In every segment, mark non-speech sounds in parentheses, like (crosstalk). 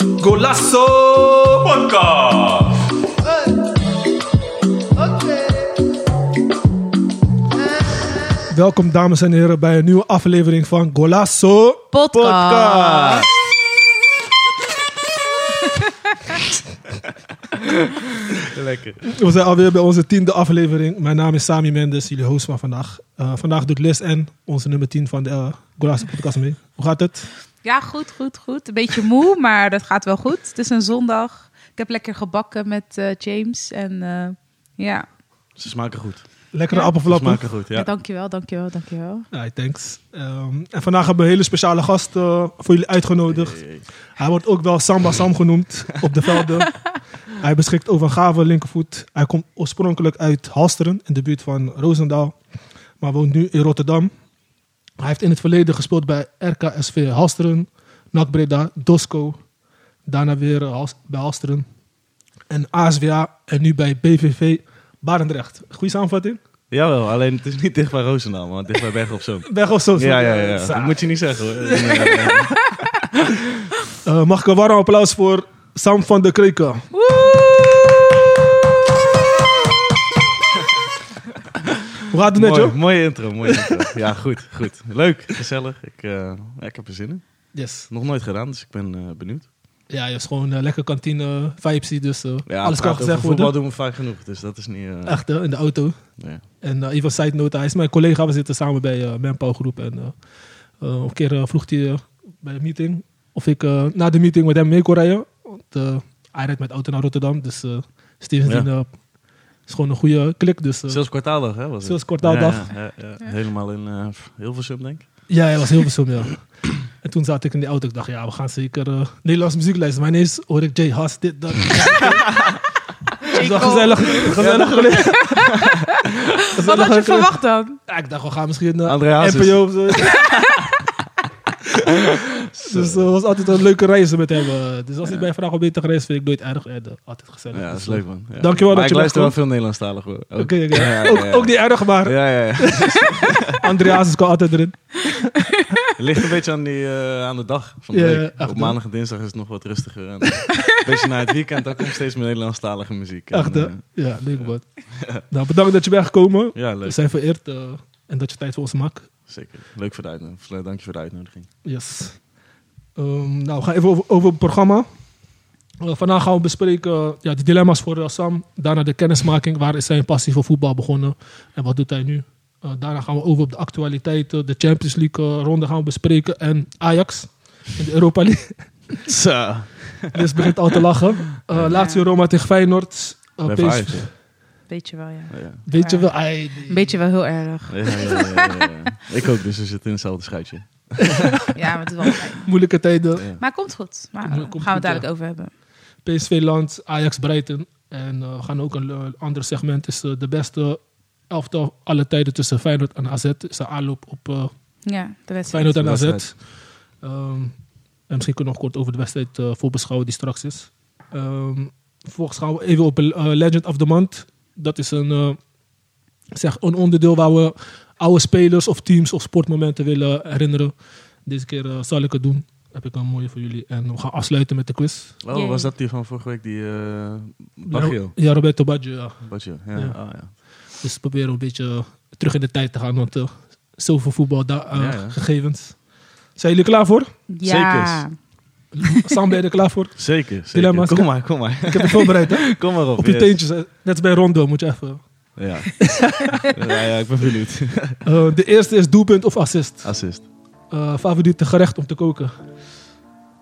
Basso Podcast. Welkom dames en heren bij een nieuwe aflevering van Golasso Podcast. Lekker. We zijn alweer bij onze tiende aflevering. Mijn naam is Sami Mendes, jullie host van vandaag. Eh, vandaag doet Les N, onze nummer 10 van de eh, Golasso Podcast mee. Hoe gaat het? Ja, goed, goed, goed. Een beetje moe, (laughs) maar dat gaat wel goed. Het is een zondag. Ik heb lekker gebakken met eh, James. En eh, ja. Ze smaken goed. Lekkere Ja. Ze appelflappen? smaken goed, ja, ja. dankjewel, dankjewel, dankjewel. Ja, thanks. Ehm, en vandaag hebben we een hele speciale gast eh, voor jullie uitgenodigd. Hij wordt ook wel Samba Sam genoemd op de (laughs) velden. Hij beschikt over een gave linkervoet. Hij komt oorspronkelijk uit Halsteren, in de buurt van Roosendaal. Maar woont nu in Rotterdam. Hij heeft in het verleden gespeeld bij RKSV Halsteren, NAC Breda, Dosco. Daarna weer eh, Hals- bij Halsteren. En ASWA en nu bij BVV Barendrecht. Goeie samenvatting? Jawel, alleen het is niet dicht bij Roosendaal, maar dicht bij Berg op Zoom. Weg of (laughs) zo? Ja, ja, ja. Sa- Dat moet je niet zeggen (laughs) hoor. Ja. Eh, mag ik een warm applaus voor Sam van der Kreken. Hoe gaat het met Mooi, jou? mooie intro, mooie (laughs) intro. Ja, goed, goed. Leuk, gezellig. Ik, eh, ja, ik heb er zin in. Yes. Nog nooit gedaan, dus ik ben eh, benieuwd. Ja, je is gewoon eh, lekker kantine vibes hier, dus eh, Ja, alles kan praten over gezegd voetbal worden. doen we vaak genoeg, dus dat is niet... eh, Echt, hè, in de auto. nee. En eh even side note, hij is mijn collega. We zitten samen bij eh Manpower Groep. En eh, eh, een keer eh, vroeg hij eh, bij de meeting of ik eh, na de meeting met hem mee kon rijden. Want eh, hij rijdt met auto naar Rotterdam, dus eh Stevenson Ja. eh, is gewoon een goede klik. Dus, eh, Zelfs kwartaaldag, hè? Was het? Zelfs kwartaaldag. Ja, ja, ja, ja. Helemaal in eh, heel Hilversum, denk ik. Ja, hij was heel veel ja. (clears throat) En toen zat ik in die auto. Ik dacht, ja, we gaan zeker eh Nederlands muziek luisteren. Maar ineens hoor ik Jay Haas, dit, dat. Het was gezellig, gezellig gelegen. (laughs) Wat Gezellig had je gelegen. verwacht dan? Ja, ik dacht, we gaan misschien eh, naar André Hazes. NPO of zo. (laughs) dus eh, het was altijd een leuke reizen met hem. eh. Dus als ik bij Vraag om beter gereisd vind ik nooit erg. En, eh, altijd gezellig. Ja, dat Dus, is eh, leuk, man. Ja. Dankjewel Maar dat ik je luister wel bent, veel Nederlandstalig, hoor. Ook. Oké, oké. Ja, ja, ja, ja. Ook, ook niet erg, maar Ja, ja, ja. (laughs) André Hazes kwam altijd erin. Het ligt een beetje aan, die, eh, aan de dag van de Ja, week. echt, Op hè? maandag en dinsdag is het nog wat rustiger. En een beetje naar het weekend, dan komt steeds meer Nederlandstalige muziek. En, Echt, hè? eh, Ja, leuk man. Nou, bedankt dat je bent gekomen. ja, leuk. We zijn vereerd eh, en dat je tijd voor ons maakt. Zeker. Leuk voor de uitnodiging. Dank je voor de uitnodiging. Yes. Ehm, nou, we gaan even over, over het programma. Eh, vandaag gaan we bespreken eh, ja, de dilemma's voor eh, Sam. Daarna de kennismaking. Waar is zijn passie voor voetbal begonnen? En wat doet hij nu? Eh, daarna gaan we over op de actualiteiten. De Champions League eh, ronde gaan we bespreken. En Ajax in de Europa (laughs) League. Zo. dus begint al te lachen. Eh Lazio Roma tegen Feyenoord. Eh, Bij PSV. Ajax, ja. Beetje wel, ja. Ja, Weet je wel? Ai, Een beetje wel heel erg. ja, ja, ja, ja, ja. Ik ook, dus we zitten in hetzelfde schuitje. Ja, maar het is wel fijn. moeilijke tijden. Ja. Maar het komt goed. Maar Ja, daar komt gaan we het goed, dadelijk ja. over hebben. PSV Land, Ajax Breiten. En eh, we gaan ook een eh, ander segment. Is eh, de beste elftal alle tijden tussen Feyenoord en AZ. Is de aanloop op eh, Ja, de wedstrijd. Feyenoord en de AZ. wedstrijd. Ehm, en misschien kunnen we nog kort over de wedstrijd eh, voorbeschouwen die straks is. Ehm vervolgens gaan we even op eh, Legend of the Month. Dat is een, eh, zeg, een onderdeel waar we oude spelers of teams of sportmomenten willen herinneren. Deze keer eh, zal ik het doen. Heb ik een mooie voor jullie. En we gaan afsluiten met de quiz. Oh, Yay. was dat die van vorige week, die eh Baggio? Ja, Roberto Baggio. ja. Baggio, ja. Nou. Ja. ah, ja. Dus proberen een beetje terug in de tijd te gaan. Want eh, zoveel voetbal daar Ja, ja. gegevens. Zijn jullie klaar voor? (laughs) Ja. Sam, ben je er klaar voor? Zeker, zeker. Dilemma's, Kom kijk. maar, kom maar. (laughs) Ik heb het voorbereid, hè? Kom maar op. Op je Oh, yes. teentjes. hè. Net als bij Rondo moet je even... Ja. (laughs) ja, ja, ik ben benieuwd. Eh, de eerste is doelpunt of assist. Assist. Eh, favoriete gerecht om te koken.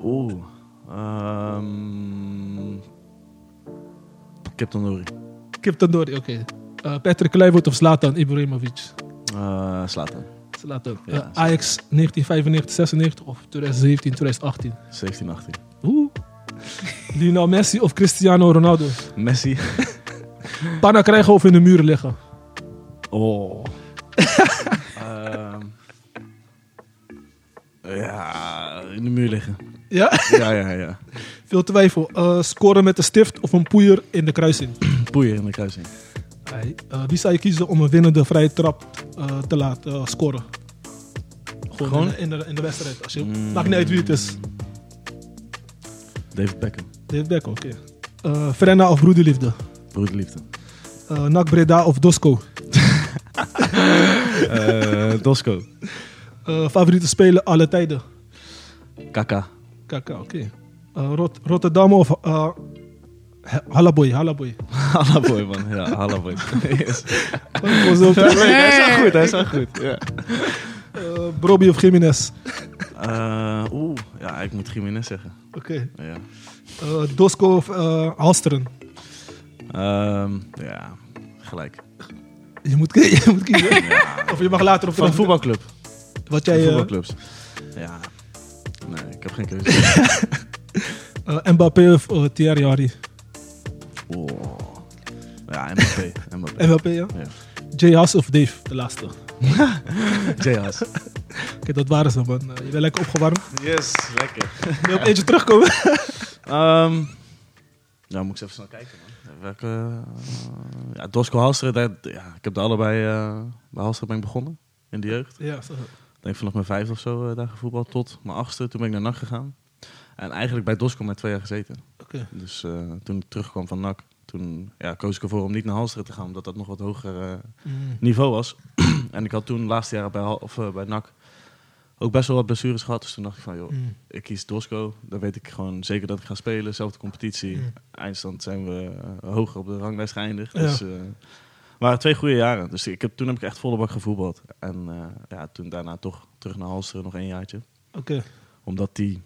Oeh. Ehm Kip tandoori. Kip tandoori, oké. Eh, Patrick Kluivert of Zlatan Ibrahimovic? Eh Slaten. Zlatan. Ja, Eh, Zlatan. Ajax 1995-96 of 2017, 2018? 17, 18. Oeh. Lionel Messi of Cristiano Ronaldo? Messi. (laughs) Panna krijgen of in de muren liggen? Oh. Ehm ja, in de muur liggen. Ja? Ja, ja, ja. Veel twijfel. Eh, scoren met een stift of een poeier in de kruising. Boeien in de kruising. Hey, eh, wie zou je kiezen om een winnende vrije trap eh, te laten eh, scoren? Gewoon, Gewoon? In, de, in, de, in de wedstrijd. Als je, Mm. Maakt niet uit wie het is. David Beckham. David Beckham, oké. Eh, Frenna of Broederliefde? Broederliefde. Eh NAC Breda of Dosco? Eh Dosco. Eh, favoriete speler alle tijden? (laughs) Kaka. Kaka, oké. Eh, Rot- Rotterdam of eh, Ha- Hallaboy? Hallaboy. Hallaboy, man. Ja, Hallaboy. Yes. Oh, Hij zo. is wel Nee. goed, hij is wel goed. Ja. Eh, Brobbey of Jiménez? Eh, Oeh, ja, ik moet Jiménez zeggen. Oké. Ja. Eh, Dosco of eh, Halsteren? Ehm, ja, gelijk. Je moet, kie- (laughs) je moet kiezen. Of je mag later Van op terug- een voetbalclub. Wat Van jij... eh, voetbalclubs. Ja. Nee, ik heb geen keuze. eh, Mbappé of eh, Thierry Henry? (laughs) Oh. Ja, MVP. MVP. Mbappé, ja? (laughs) Ja. Jay Haas of Dave, de laatste. Oké, JH's. dat waren ze, man. Eh, je bent lekker opgewarmd. (laughs) Yes, lekker. Wil je op eentje (laughs) terugkomen? Ehm nou, moet ik eens even snel kijken, man. Welke... eh, ja, Dosco Halsteren, daar, ja, ik heb de allebei... eh, bij Halsteren ben ik begonnen, in de jeugd. ja, zo. Ik denk vanaf mijn vijfde of zo eh, daar gevoetbald tot mijn achtste. Toen ben ik naar NAC gegaan. En eigenlijk bij Dosco maar twee jaar gezeten. Oké. Dus eh, toen ik terugkwam van NAC, toen ja, koos ik ervoor om niet naar Halsteren te gaan. Omdat dat nog wat hoger eh, Mm. niveau was. (clears throat) en ik had toen de laatste jaren bij, Hal- of, eh, bij NAC ook best wel wat blessures gehad. Dus toen dacht ik van, joh, Mm. ik kies Dosco. Dan weet ik gewoon zeker dat ik ga spelen. Zelfde competitie. Mm. Eindstand zijn we eh, hoger op de ranglijst geëindigd. Ja. Dus eh, waren twee goede jaren. Dus ik heb, toen heb ik echt volle bak gevoetbald. En eh, ja, toen daarna toch terug naar Halsteren nog een jaartje. Oké. Omdat die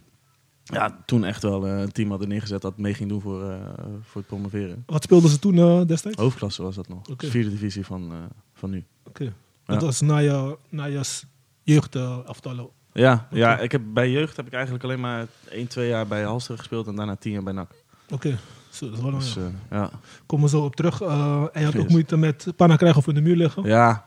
ja, toen echt wel eh, een team hadden neergezet dat mee ging doen voor, eh, voor het promoveren. Wat speelden ze toen eh, destijds? Oké. Hoofdklasse was dat nog. Oké. Vierde divisie van, eh, van nu. Dat Ja. was na je, na je s- jeugd eh, aftallen. Ja, Oké. ja ik heb, bij jeugd heb ik eigenlijk alleen maar 1, 2 jaar bij Halster gespeeld en daarna 10 jaar bij NAC. Oké. Zo, dat is wel lang, Dus, Oh, ja. eh, ja. Komen we zo op terug. Eh en je had ook Yes. moeite met panna krijgen of in de muur liggen. Ja.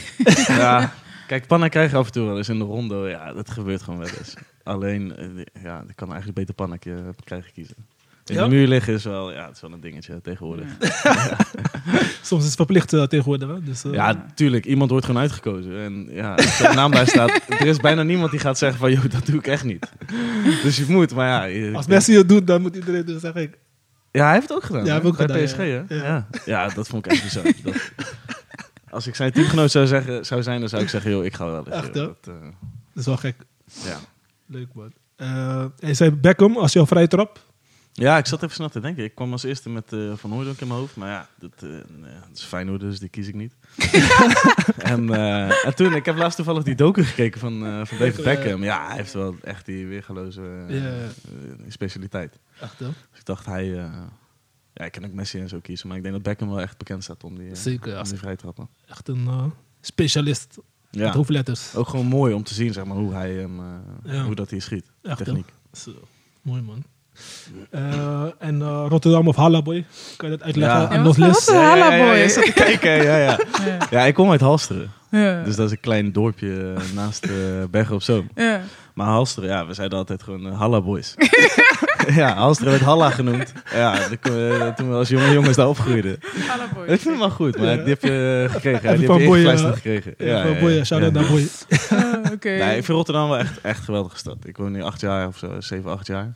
(laughs) ja. Kijk, pannen krijg je af en toe wel eens in de ronde. Ja, dat gebeurt gewoon wel eens. Alleen, eh, ja, ik kan eigenlijk beter pannen k- krijgen kiezen. In Ja? de muur liggen is wel, ja, het is wel een dingetje tegenwoordig. Ja. Soms is het verplicht eh, tegenwoordig. Hè? Dus, eh, Ja, tuurlijk. Iemand wordt gewoon uitgekozen. En ja, als zijn naam bij staat, (laughs) er is bijna niemand die gaat zeggen van, joh, dat doe ik echt niet. Dus je moet, maar ja. je- Als Messi het doet, dan moet iedereen dus zeggen... ik- Ja, hij heeft het ook gedaan. Ja, hij heeft hè? ook bij PSG, gedaan, ja. hè? Ja. Ja. Ja. dat vond ik echt (laughs) bizar. Dat, als ik zijn teamgenoot zou, zeggen, zou zijn, dan zou ik zeggen, joh, ik ga wel eens. joh. Echt, hè? Dat, eh, Dat is wel gek. ja. Leuk, man. Eh hij zei Beckham als jouw vrije trap. ja, ik zat even snel te denken. Ik kwam als eerste met eh, Van Hooydonk in mijn hoofd. Maar ja, dat, eh, nee, dat is Feyenoord, dus die kies ik (laughs) niet. en, eh, en toen, ik heb laatst toevallig die docu gekeken van, eh, van David Beckham, ja. Beckham. Ja, hij heeft wel echt die weergeloze eh, Ja, ja. eh, specialiteit. Echt, hè? Dus ik dacht, hij... eh, ja, ik kan ook Messi en zo kiezen. Maar ik denk dat Beckham wel echt bekend staat om die, eh, Zeker, ja. om die vrijtrappen. Echt een eh, specialist met Ja. hoofdletters. Ook gewoon mooi om te zien zeg maar, hoe hij hem, eh, Ja. hoe dat hij schiet. Echt, hè? Techniek. Zo. Mooi, man. Eh, en eh, Rotterdam of Hallaboy? Kan je dat uitleggen Ja. aan Ja, ons wat- les? wat een halaboy. je zat te kijken, ja, (laughs) ja. ja, ik kom uit Halsteren. Ja. (laughs) Dus dat is een klein dorpje (laughs) eh, naast eh Bergen op Zoom. Ja. Maar Halsteren, ja, we zeiden altijd gewoon eh, Halla (laughs) Boys. ja, Halsteren werd Halla genoemd. Ja, dat kon- eh, toen we als jonge jongens daar opgroeiden. Hallaboy. Ik vind hem wel goed, maar die heb je eh, gekregen. hè. Even Die van heb je boeien, ingefluisterd eh, gekregen. Ja, boy, shout out naar Boy. Ah, Oké. Nee, ik vind Rotterdam wel echt, echt een geweldige stad. Ik woon nu acht jaar of zo, zeven, acht jaar.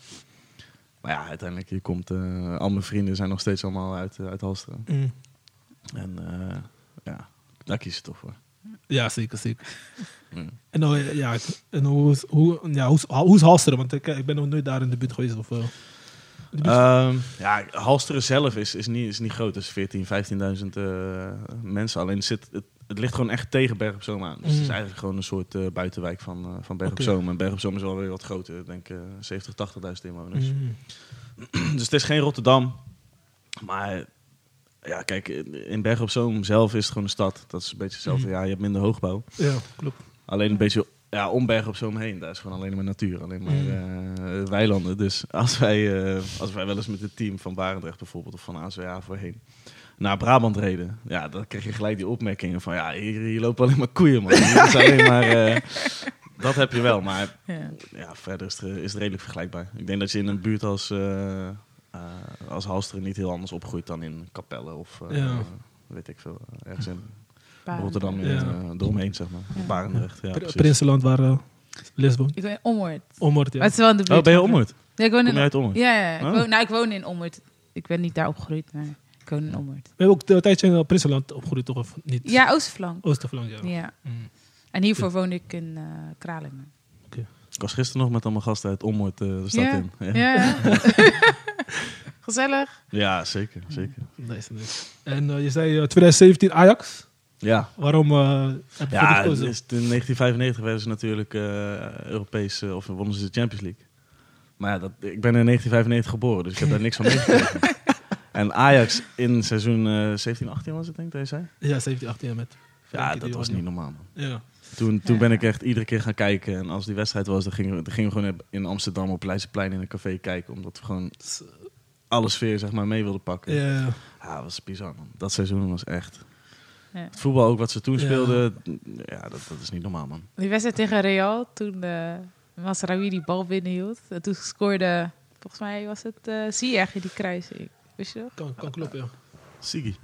Maar ja, uiteindelijk, je komt... eh, al mijn vrienden zijn nog steeds allemaal uit, eh, uit Halsteren. Mm. En eh, ja, daar kies je toch voor. Ja, zeker, zeker. Mm. En, nou, eh, ja, ik- en hoe, is- hoe, ja, hoe, is- hoe is Halsteren? Want ik, ik ben nog nooit daar in de buurt geweest. Of, eh, de buurt- Ehm, ja, Halsteren zelf is, is, niet, is niet groot. Het is 14, 15.000 eh, mensen. Alleen het, zit, het, het ligt gewoon echt tegen Berg op Zoom aan. Dus het is Mm. eigenlijk gewoon een soort eh, buitenwijk van, eh, van Berg Oké. op Zoom. En Berg op Zoom is wel weer wat groter. Ik denk eh 70, 80.000 inwoners. Mm. (clears throat) Dus het is geen Rotterdam. Maar ja, kijk, in Berg op Zoom zelf is het gewoon een stad. Dat is een beetje hetzelfde. Mm. Ja, je hebt minder hoogbouw. Ja, klopt. Alleen een beetje ja, om Bergen op Zoom heen. Daar is gewoon alleen maar natuur, alleen maar Mm. eh, weilanden. Dus als wij, eh, als wij wel eens met het team van Barendrecht bijvoorbeeld of van AZA voorheen naar Brabant reden, ja, dan kreeg je gelijk die opmerkingen van ja, hier, hier lopen alleen maar (laughs) koeien, man. Hier is alleen maar, eh, dat heb je wel, maar Ja. ja, verder is het, eh, is het redelijk vergelijkbaar. Ik denk dat je in een buurt als, eh eh, als Halsteren niet heel anders opgroeit dan in Capelle of eh, Ja. weet ik veel, ergens in Baan. Rotterdam in, Ja. eh, eromheen, zeg maar. Ja. Barendrecht, ja. Pr- precies. Prinsenland waar eh, Lisbon. Ik woon in Ommoord. Ommoord, Maar ja. het is wel in de buurt. Oh, ben je van- omhoord? Ja, ik woon Kom in je uit Ommoord? Ja, ja, ja. Oh. Ik woon, nou, ik woon in Ommoord. Ik ben niet daar opgegroeid, maar ik woon in Ommoord. We hebben ook de tijdje in eh, Prinsenland opgegroeid, toch? Of niet? Ja, Oostflank. Oostervlang, ja. Ja. Mm. En hiervoor woon ik in eh Kralingen. Ik was gisteren nog met allemaal gasten uit Ommoord eh, de stad Ja. in. Ja, Ja. (laughs) Gezellig. Ja, zeker, zeker. Nice, nice. En eh, je zei eh, 2017 Ajax. Ja, Waarom eh, heb je voor ja dit dus in gekozen? 1995 werden ze natuurlijk eh, Europees, eh, of wonnen ze de Champions League. Maar ja, dat, ik ben in 1995 geboren, dus ik heb daar niks van (laughs) meegekregen. en Ajax in seizoen eh 17, 18 was het denk ik, dat je zei? Ja, 17, 18 jaar met. dus- Ja, Frenkie de dat was Jong. niet normaal, man. Ja. Toen, toen ben Ja. ik echt iedere keer gaan kijken. En als die wedstrijd was, dan gingen we, dan gingen we gewoon in Amsterdam op Leidseplein in een café kijken. Omdat we gewoon alle sfeer zeg maar, mee wilden pakken. Ja, Ja. dat was bizar, man. Dat seizoen was echt... Ja. Het voetbal ook wat ze toen Ja. speelden, ja, dat, dat is niet normaal, man. Die wedstrijd tegen Real, toen eh was Rawi die bal binnenhield. En toen scoorde, volgens mij was het eh Ziyech in die kruising. Wist je nog? Kan, kan kloppen, ja. Sigi.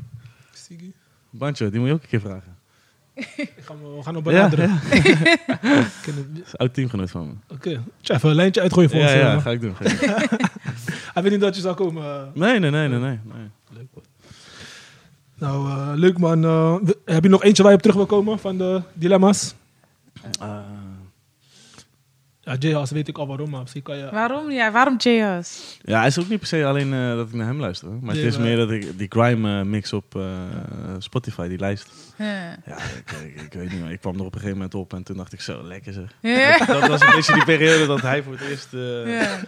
Sigi. Bantje, die moet je ook een keer vragen. Ik ga me- We gaan hem benaderen. Kunnen- Dat is oud teamgenoot van me. Oké. Tja, Even een lijntje uitgooien voor Ja, ons. ja, eh, ga ik doen. ga ik doen. Hij weet niet dat je zou komen. eh. Nee, nee, nee, nee, nee. nee. Leuk man. Nou, eh, leuk man. Eh, we- heb je nog eentje waar je op terug wil komen van de dilemma's? Eh, Ja, JHS weet ik al waarom, maar misschien kan je... Waarom? Ja, waarom JS? Ja, het is ook niet per se alleen eh, dat ik naar hem luister. hoor. Maar Nee, het is maar- meer dat ik die grime eh, mix op eh, Spotify, die lijst. Huh. Ja, ik, ik, ik weet niet. maar Ik kwam er op een gegeven moment op en toen dacht ik zo, lekker zeg. Ja. Dat was een beetje die periode dat hij voor het eerst eh, Ja.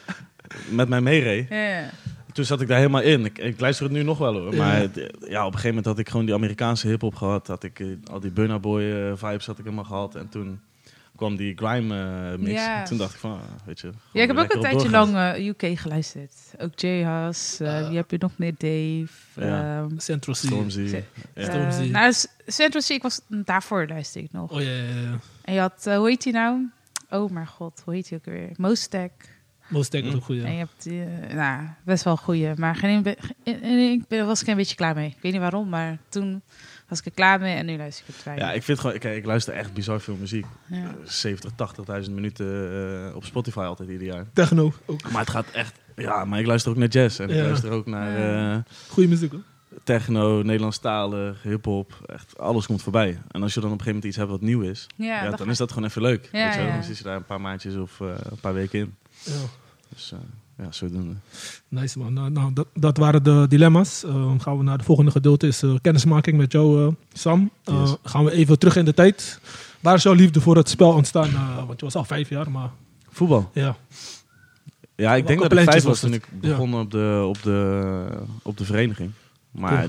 met mij meereed. Ja. Toen zat ik daar helemaal in. Ik, ik luister het nu nog wel hoor. Ja. Maar het- ja, op een gegeven moment had ik gewoon die Amerikaanse hip-hop gehad. Had ik eh, al die Burna Boy eh, vibes had ik helemaal gehad. En toen kwam die grime eh, mix. Ja. En toen dacht ik van, ah, weet je. gewoon Ja, ik heb weer ook een lekker op tijdje doorgaan. lang eh, UK geluisterd. Ook J-Hus, eh, wie heb je nog meer? Dave. Ja. ehm, Central C. Stormzy. Zit- Ja. Stormzy. eh, nou, S- Central C, ik was, mm, daarvoor luister ik nog. Oh ja, ja, ja. En je had, eh, hoe heet hij nou? Oh mijn god, hoe heet hij ook weer? Mostek. Most Tech is ook goed, En Mm. ja. je hebt, eh, nou, best wel goeie. Maar geen, geen- eh, ik ben, was ik een beetje klaar mee. Ik weet niet waarom, maar toen was ik er klaar mee en nu luister ik het fijn. Ja, ik vind gewoon, kijk, ik luister echt bizar veel muziek. Ja. 70, 80.000 minuten eh, op Spotify altijd ieder jaar. Techno, ook. Maar het gaat echt, ja, maar ik luister ook naar jazz en Ja. ik luister ook naar Ja. eh, Goeie muziek, hoor. techno, Nederlandstalig, hip-hop. Echt alles komt voorbij. En als je dan op een gegeven moment iets hebt wat nieuw is, ja, Ja, dan dan ga- is dat gewoon even leuk. Ja, weet je wel. ja. Dan zit je daar een paar maandjes of eh, een paar weken in. Ja. Dus eh, ja, zodoende. Nice man. Nou, nou, dat, dat waren de dilemma's. Eh, gaan we naar de volgende gedeelte, is eh, kennismaking met jou, eh, Sam. Eh, Yes. Gaan we even terug in de tijd. Waar is jouw liefde voor het spel ontstaan? Eh, want je was al vijf jaar, maar Voetbal. ja. Ja, ik denk Welke dat ik vijf pleintjes was was toen het? ik begon op, de, op, de, op de vereniging. Maar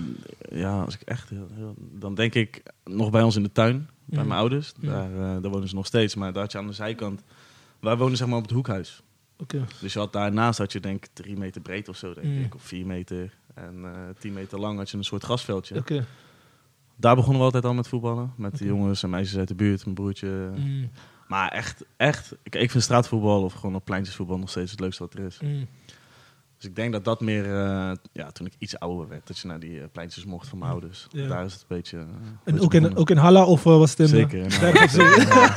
ja, als ik echt... heel- heel- Dan denk ik nog bij ons in de tuin, bij Ja. mijn ouders. Ja. Daar, eh, daar wonen ze nog steeds. Maar daar had je aan de zijkant... Wij wonen zeg maar op het hoekhuis. Oké. Dus je had daarnaast had je denk ik drie meter breed of zo, denk Ja. ik. Of vier meter. En eh tien meter lang had je een soort grasveldje. Oké. Daar begonnen we altijd al met voetballen. Met de jongens en meisjes uit de buurt, mijn broertje. Mm, Maar echt, echt... Ik, ik vind straatvoetbal of gewoon op pleintjesvoetbal nog steeds het leukste wat er is. mm. Dus ik denk dat dat meer, eh, ja, toen ik iets ouder werd, dat je naar die eh, pleintjes mocht van mijn ouders. Ja. Daar is het een beetje. eh, een En beetje ook in, begonnen. ook in Halla of eh, was het in... eh, (laughs) Zeker.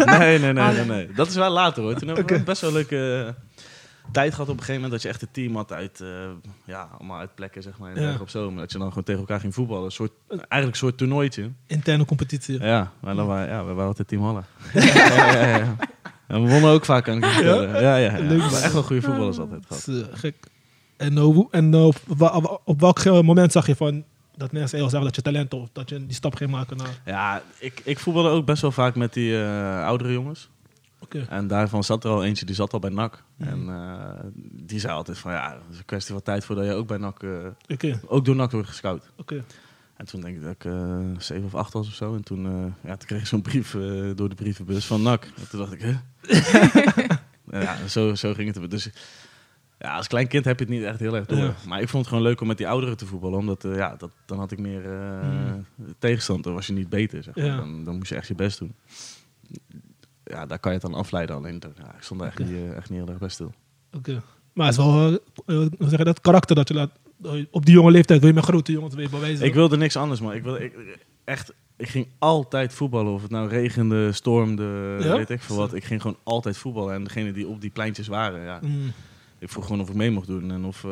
nou, (laughs) nee, nee, nee, nee, nee. Dat is wel later hoor. Toen hebben we Oké. best wel een leuke eh, tijd gehad op een gegeven moment. Dat je echt een team had uit, eh, ja, allemaal uit plekken zeg maar. In Ja. Eh. Bergen op Zoom. Dat je dan gewoon tegen elkaar ging voetballen. Een soort, eigenlijk een soort toernooitje. interne competitie. Ja, maar dan waren, ja, we waren altijd team (laughs) Halle. ja, ja, ja, ja. En we wonnen ook vaak aan het vertellen. Ja, ja, ja. Leuk. Maar echt wel goede voetballers altijd gehad. Dat is, eh, gek. En, eh, hoe- en eh, op, wa- wa- op welk eh, moment zag je van dat mensen heel zeggen dat je talent had of dat je die stap ging maken naar... Ja, ik, ik voetbalde ook best wel vaak met die eh, oudere jongens. Oké. En daarvan zat er al eentje, die zat al bij NAC. En eh, die zei altijd van, ja, het is een kwestie van tijd voordat je ook bij NAC, eh, Oké. ook door NAC wordt gescout. Oké. En toen denk ik dat ik eh, zeven of acht was of zo. En toen, eh, ja, toen kreeg ik zo'n brief eh, door de brievenbus van NAC. En toen dacht ik, hè? ja, zo, zo ging het. Dus ja, als klein kind heb je het niet echt heel erg door. Ja. Maar ik vond het gewoon leuk om met die ouderen te voetballen. Omdat eh, ja, dat, dan had ik meer eh, Mm. tegenstand. Dan was je niet beter. Zeg maar. Ja. dan, dan moest je echt je best doen. Ja, daar kan je het dan afleiden. Alleen dat- ja, ik stond daar echt, Oké. niet, eh, echt niet heel erg bij stil. Oké. Maar het is wel, eh, eh, hoe zeg je dat, karakter dat je laat... eh, Op die jonge leeftijd wil je met grote jongens weer bewijzen. Ik wilde niks anders, man. Ik wilde ik, echt ik ging altijd voetballen. Of het nou regende, stormde, Ja? weet ik veel wat. Ik ging gewoon altijd voetballen. En degene die op die pleintjes waren, ja, Mm, ik vroeg gewoon of ik mee mocht doen. En of eh,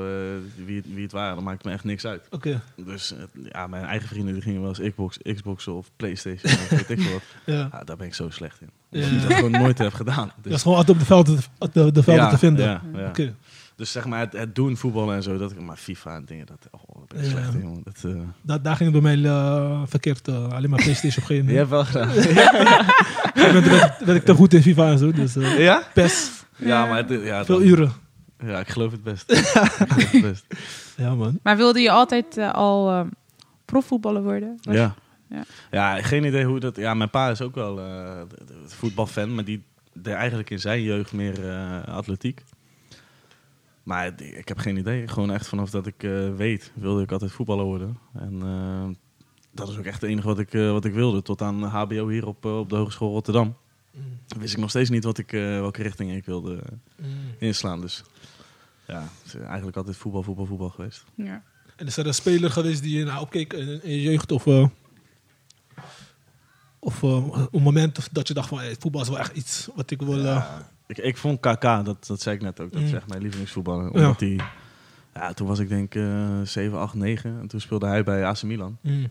wie, het- wie het waren, dat maakt me echt niks uit. Oké. Dus eh, ja, mijn eigen vrienden die gingen wel eens Xbox, Xboxen of Playstation of weet ik veel wat. Ja. Ja, daar ben ik zo slecht in. Ja. Omdat ik dat gewoon nooit heb gedaan. Dus Dat is gewoon altijd op de velden, op de, de velden Ja, te vinden. ja, ja. Oké. Dus zeg maar het, het doen, voetballen en zo. Dat, ik- maar FIFA en dingen, dat, oh, daar ben ik Ja. slecht in. jongen. Dat, eh, Da- daar ging het bij mij eh, verkeerd. eh, alleen maar PlayStation op een Je gegeven hebt wel gedaan. (laughs) moment. Toen werd, werd ik te goed in FIFA en zo. Dus eh, ja? best Ja, maar het, ja, veel dan- uren. Ja, ik geloof het best. ik geloof het best. Ja, man. Maar wilde je altijd eh, al eh, profvoetballer worden? Was- Ja. Ja. ja, geen idee hoe dat... Ja, mijn pa is ook wel eh, d- d- voetbalfan, maar die deed eigenlijk in zijn jeugd meer eh, atletiek. Maar die- ik heb geen idee. Gewoon echt vanaf dat ik eh, weet, wilde ik altijd voetballer worden. En eh, dat is ook echt het enige wat ik, eh, wat ik wilde. Tot aan HBO hier op, eh, op de Hogeschool Rotterdam. Wist ik nog steeds niet wat ik, eh, welke richting ik wilde eh, inslaan. Dus ja, het is eigenlijk altijd voetbal, voetbal, voetbal geweest. Ja. En is er een speler geweest die je naar opkeek in, in je jeugd? Of, eh, of eh, een moment dat je dacht van hey, voetbal is wel echt iets wat ik wil... eh, Ja, ik, ik vond KK, dat, dat zei ik net ook, dat is Mm. echt mijn lievelingsvoetballer. Omdat die, ja, toen was ik denk eh 7, 8, 9 en toen speelde hij bij AC Milan. mm.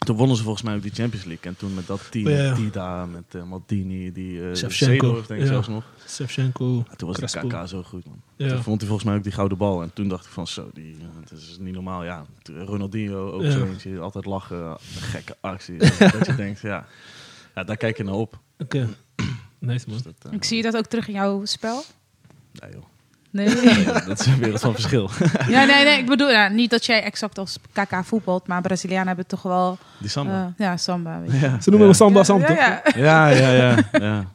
Toen wonnen ze volgens mij ook die Champions League. En toen met dat team, Ja, ja. met Dida, met eh, Maldini, die eh Shevchenko. Zeedorf denk ik Ja. zelfs nog. Shevchenko, Ja, Ah, toen was Crespo. die KK zo goed man. Toen Ja. vond hij volgens mij ook die gouden bal. En toen dacht ik van zo, die, eh, het is niet normaal. Ja, Ronaldinho ook Ja. zo eentje, altijd lachen, gekke actie. (laughs) dat je denkt, ja. ja, daar kijk je naar op. Oké. Nice, man. Dus dat, eh, Ik zie dat ook terug in jouw (laughs) spel. nee, joh. Nee. Nee, dat is een wereld van verschil. (laughs) ja, nee, nee. Ik bedoel, nou, niet dat jij exact als KK voetbalt, maar Brazilianen hebben toch wel... Die eh, Samba. ja, samba. Weet je. ja. Ze noemen hem ja. Samba Sam, ja, toch? ja. Ja, ja, ja, ja.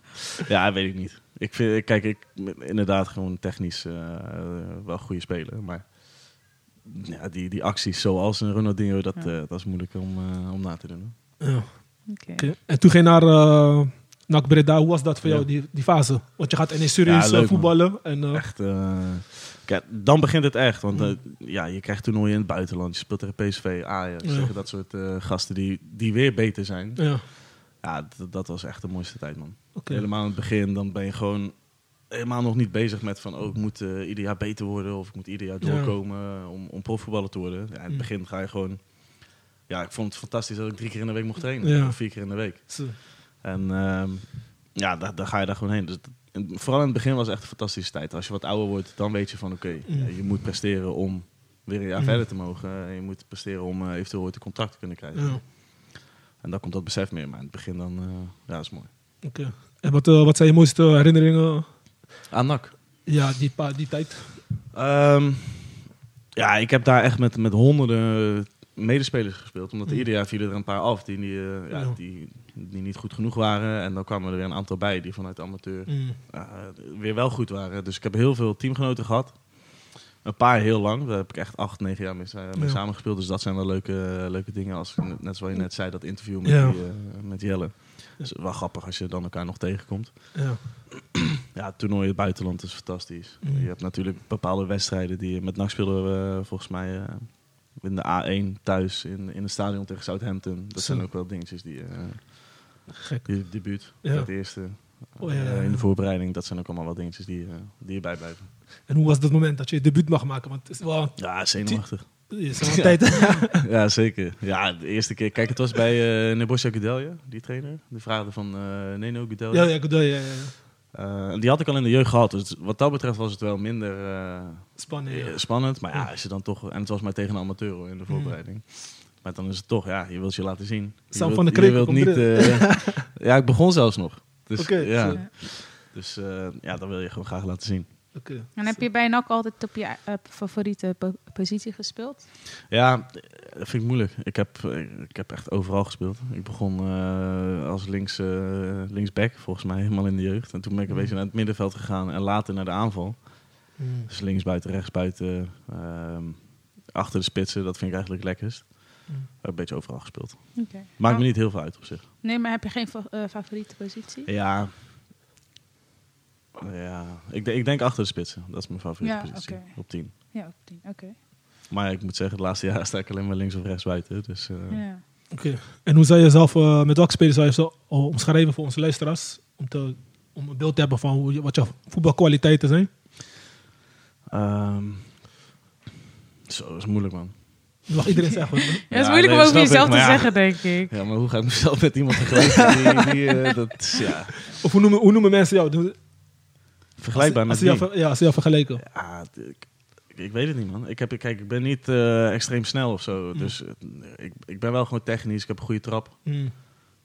Ja, weet ik niet. Ik vind, ik- kijk, ik ben inderdaad gewoon technisch eh, eh, wel goede speler, maar ja, die, die acties zoals een Ronaldinho, dat, eh, Ja. dat is moeilijk om, eh, om na te doen. hoor. Ja. Oké. Oké. En toen ging je naar eh NAC Breda. Hoe was dat voor Ja. jou, die, die fase? Want je gaat ineens serieus Ja, eh, leuk, man. voetballen. En, eh, Echt, eh, kijk, dan begint het echt, want eh, ja, je krijgt toernooien in het buitenland, je speelt tegen PSV, Ajax, Ja. tegen dat soort eh, gasten die, die weer beter zijn. ja, Ja, d- dat was echt de mooiste tijd, man. oké. Helemaal aan het begin, dan ben je gewoon helemaal nog niet bezig met van... oh, ik moet eh, ieder jaar beter worden of ik moet ieder jaar Ja. doorkomen eh, om, om profvoetballer te worden. Ja, in Mm. het begin ga je gewoon... Ja, ik vond het fantastisch dat ik drie keer in de week mocht trainen. Ja. Of vier keer in de week. Zo. En ehm, ja, daar, daar ga je daar gewoon heen. Dus dat- en vooral in het begin was het echt een fantastische tijd. Als je wat ouder wordt, dan weet je van oké, Mm. ja, je moet presteren om weer een jaar Mm. verder te mogen. En je moet presteren om eh, eventueel ooit een contract te kunnen krijgen. Ja, En dan komt dat besef meer. Maar in het begin dan, eh, ja, dat is mooi. oké. En wat, eh, wat zijn je mooiste herinneringen? Aan NAC. Ja, die, pa- die tijd. Ehm, ja, ik heb daar echt met, met honderden medespelers gespeeld. Omdat Mm. ieder jaar vielen er een paar af die, die, eh, ja, Ja. die, die niet goed genoeg waren. En dan kwamen er weer een aantal bij die vanuit de amateur Mm. eh, weer wel goed waren. Dus ik heb heel veel teamgenoten gehad. Een paar heel lang. Daar heb ik echt acht, negen jaar mee, sa- mee Ja. Mm. samengespeeld. Dus dat zijn wel leuke, leuke dingen. Als, net zoals je net zei, dat interview met, Ja. die, eh, met Jelle. Dat is wel grappig als je dan elkaar nog tegenkomt. Ja. Ja, het toernooi in het buitenland is fantastisch. Mm. Je hebt natuurlijk bepaalde wedstrijden die je met NAC speelden we eh, volgens mij eh, in de A1 thuis in, in het stadion tegen Southampton. Dat Zo. zijn ook wel dingetjes die eh Gek. je debuut, Ja. dat eerste Oh, ja, eh, ja, ja. in de voorbereiding. Dat zijn ook allemaal wel dingetjes die, eh, die erbij blijven. En hoe was dat moment dat je je debuut mag maken? Want het is wel Ja, zenuwachtig. het (laughs) is wel een tijd. (laughs) ja, zeker. Ja, de eerste keer. Kijk, het was bij eh Nebosja Gudelje, die trainer. Die vraagde van eh Neno Gudelje. Ja, ja, ik bedoel, ja, ja, ja. Eh, en die had ik al in de jeugd gehad. Dus wat dat betreft was het wel minder... eh, Spannend. Eh, Ja. spannend. Maar ja, Ja. Mm. als je dan toch. En het was maar tegen een amateur hoor, in de voorbereiding. Maar dan is het toch, ja, je wilt je laten zien. Je Sam wilt- van der je Kreek, wilt kom niet. (laughs) eh, ja, ik begon zelfs nog. Dus, Oké, zo. ja. dus eh, ja, dan wil je gewoon graag laten zien. Oké. En heb je bij NAC altijd op je eh, favoriete po- positie gespeeld? Ja, eh, dat vind ik moeilijk. Ik heb, eh, ik heb echt overal gespeeld. Ik begon eh, als links, eh, linksback, volgens mij, helemaal in de jeugd. En toen ben ik een beetje naar het middenveld gegaan en later naar de aanval. Mm. Dus links buiten, rechts buiten, ehm, achter de spitsen, dat vind ik eigenlijk het lekkerst. Mm. Heb een beetje overal gespeeld. Oké. Oh, Maakt me niet heel veel uit op zich. Nee, maar heb je geen fa- eh, favoriete positie? Ja. Ja, ik, denk- ik denk achter de spitsen. Dat is mijn favoriete Ja, positie. oké. Op 10. Ja, op tien. Oké. Maar ik moet zeggen, het laatste jaar sta ik alleen maar links of rechts buiten. Dus eh, Ja. En hoe zou je jezelf, eh, met welke spelers zou je zo eh, omschrijven voor onze luisteraars? Om, te, om een beeld te hebben van hoe je- wat je voetbalkwaliteiten zijn? Ehm, zo, dat is moeilijk, man. Dat mag iedereen zeggen. hoor. (laughs) Ja, het Ja, is moeilijk nee, om dat snap over jezelf ik, te maar ja. zeggen, denk ik. Ja, maar hoe ga ik mezelf met iemand vergelijken? die, die, eh, dat is, ja, Of hoe noemen, hoe noemen mensen jou? Doen- vergelijkbaar als, met ze jou wie? ver- Ja, als ze jou vergelijken. Ja, d- ik, ik- ik weet het niet, man. Ik, heb, kijk, ik ben niet eh, extreem snel of zo. Dus eh, ik, ik ben wel gewoon technisch. Ik heb een goede trap. Mm.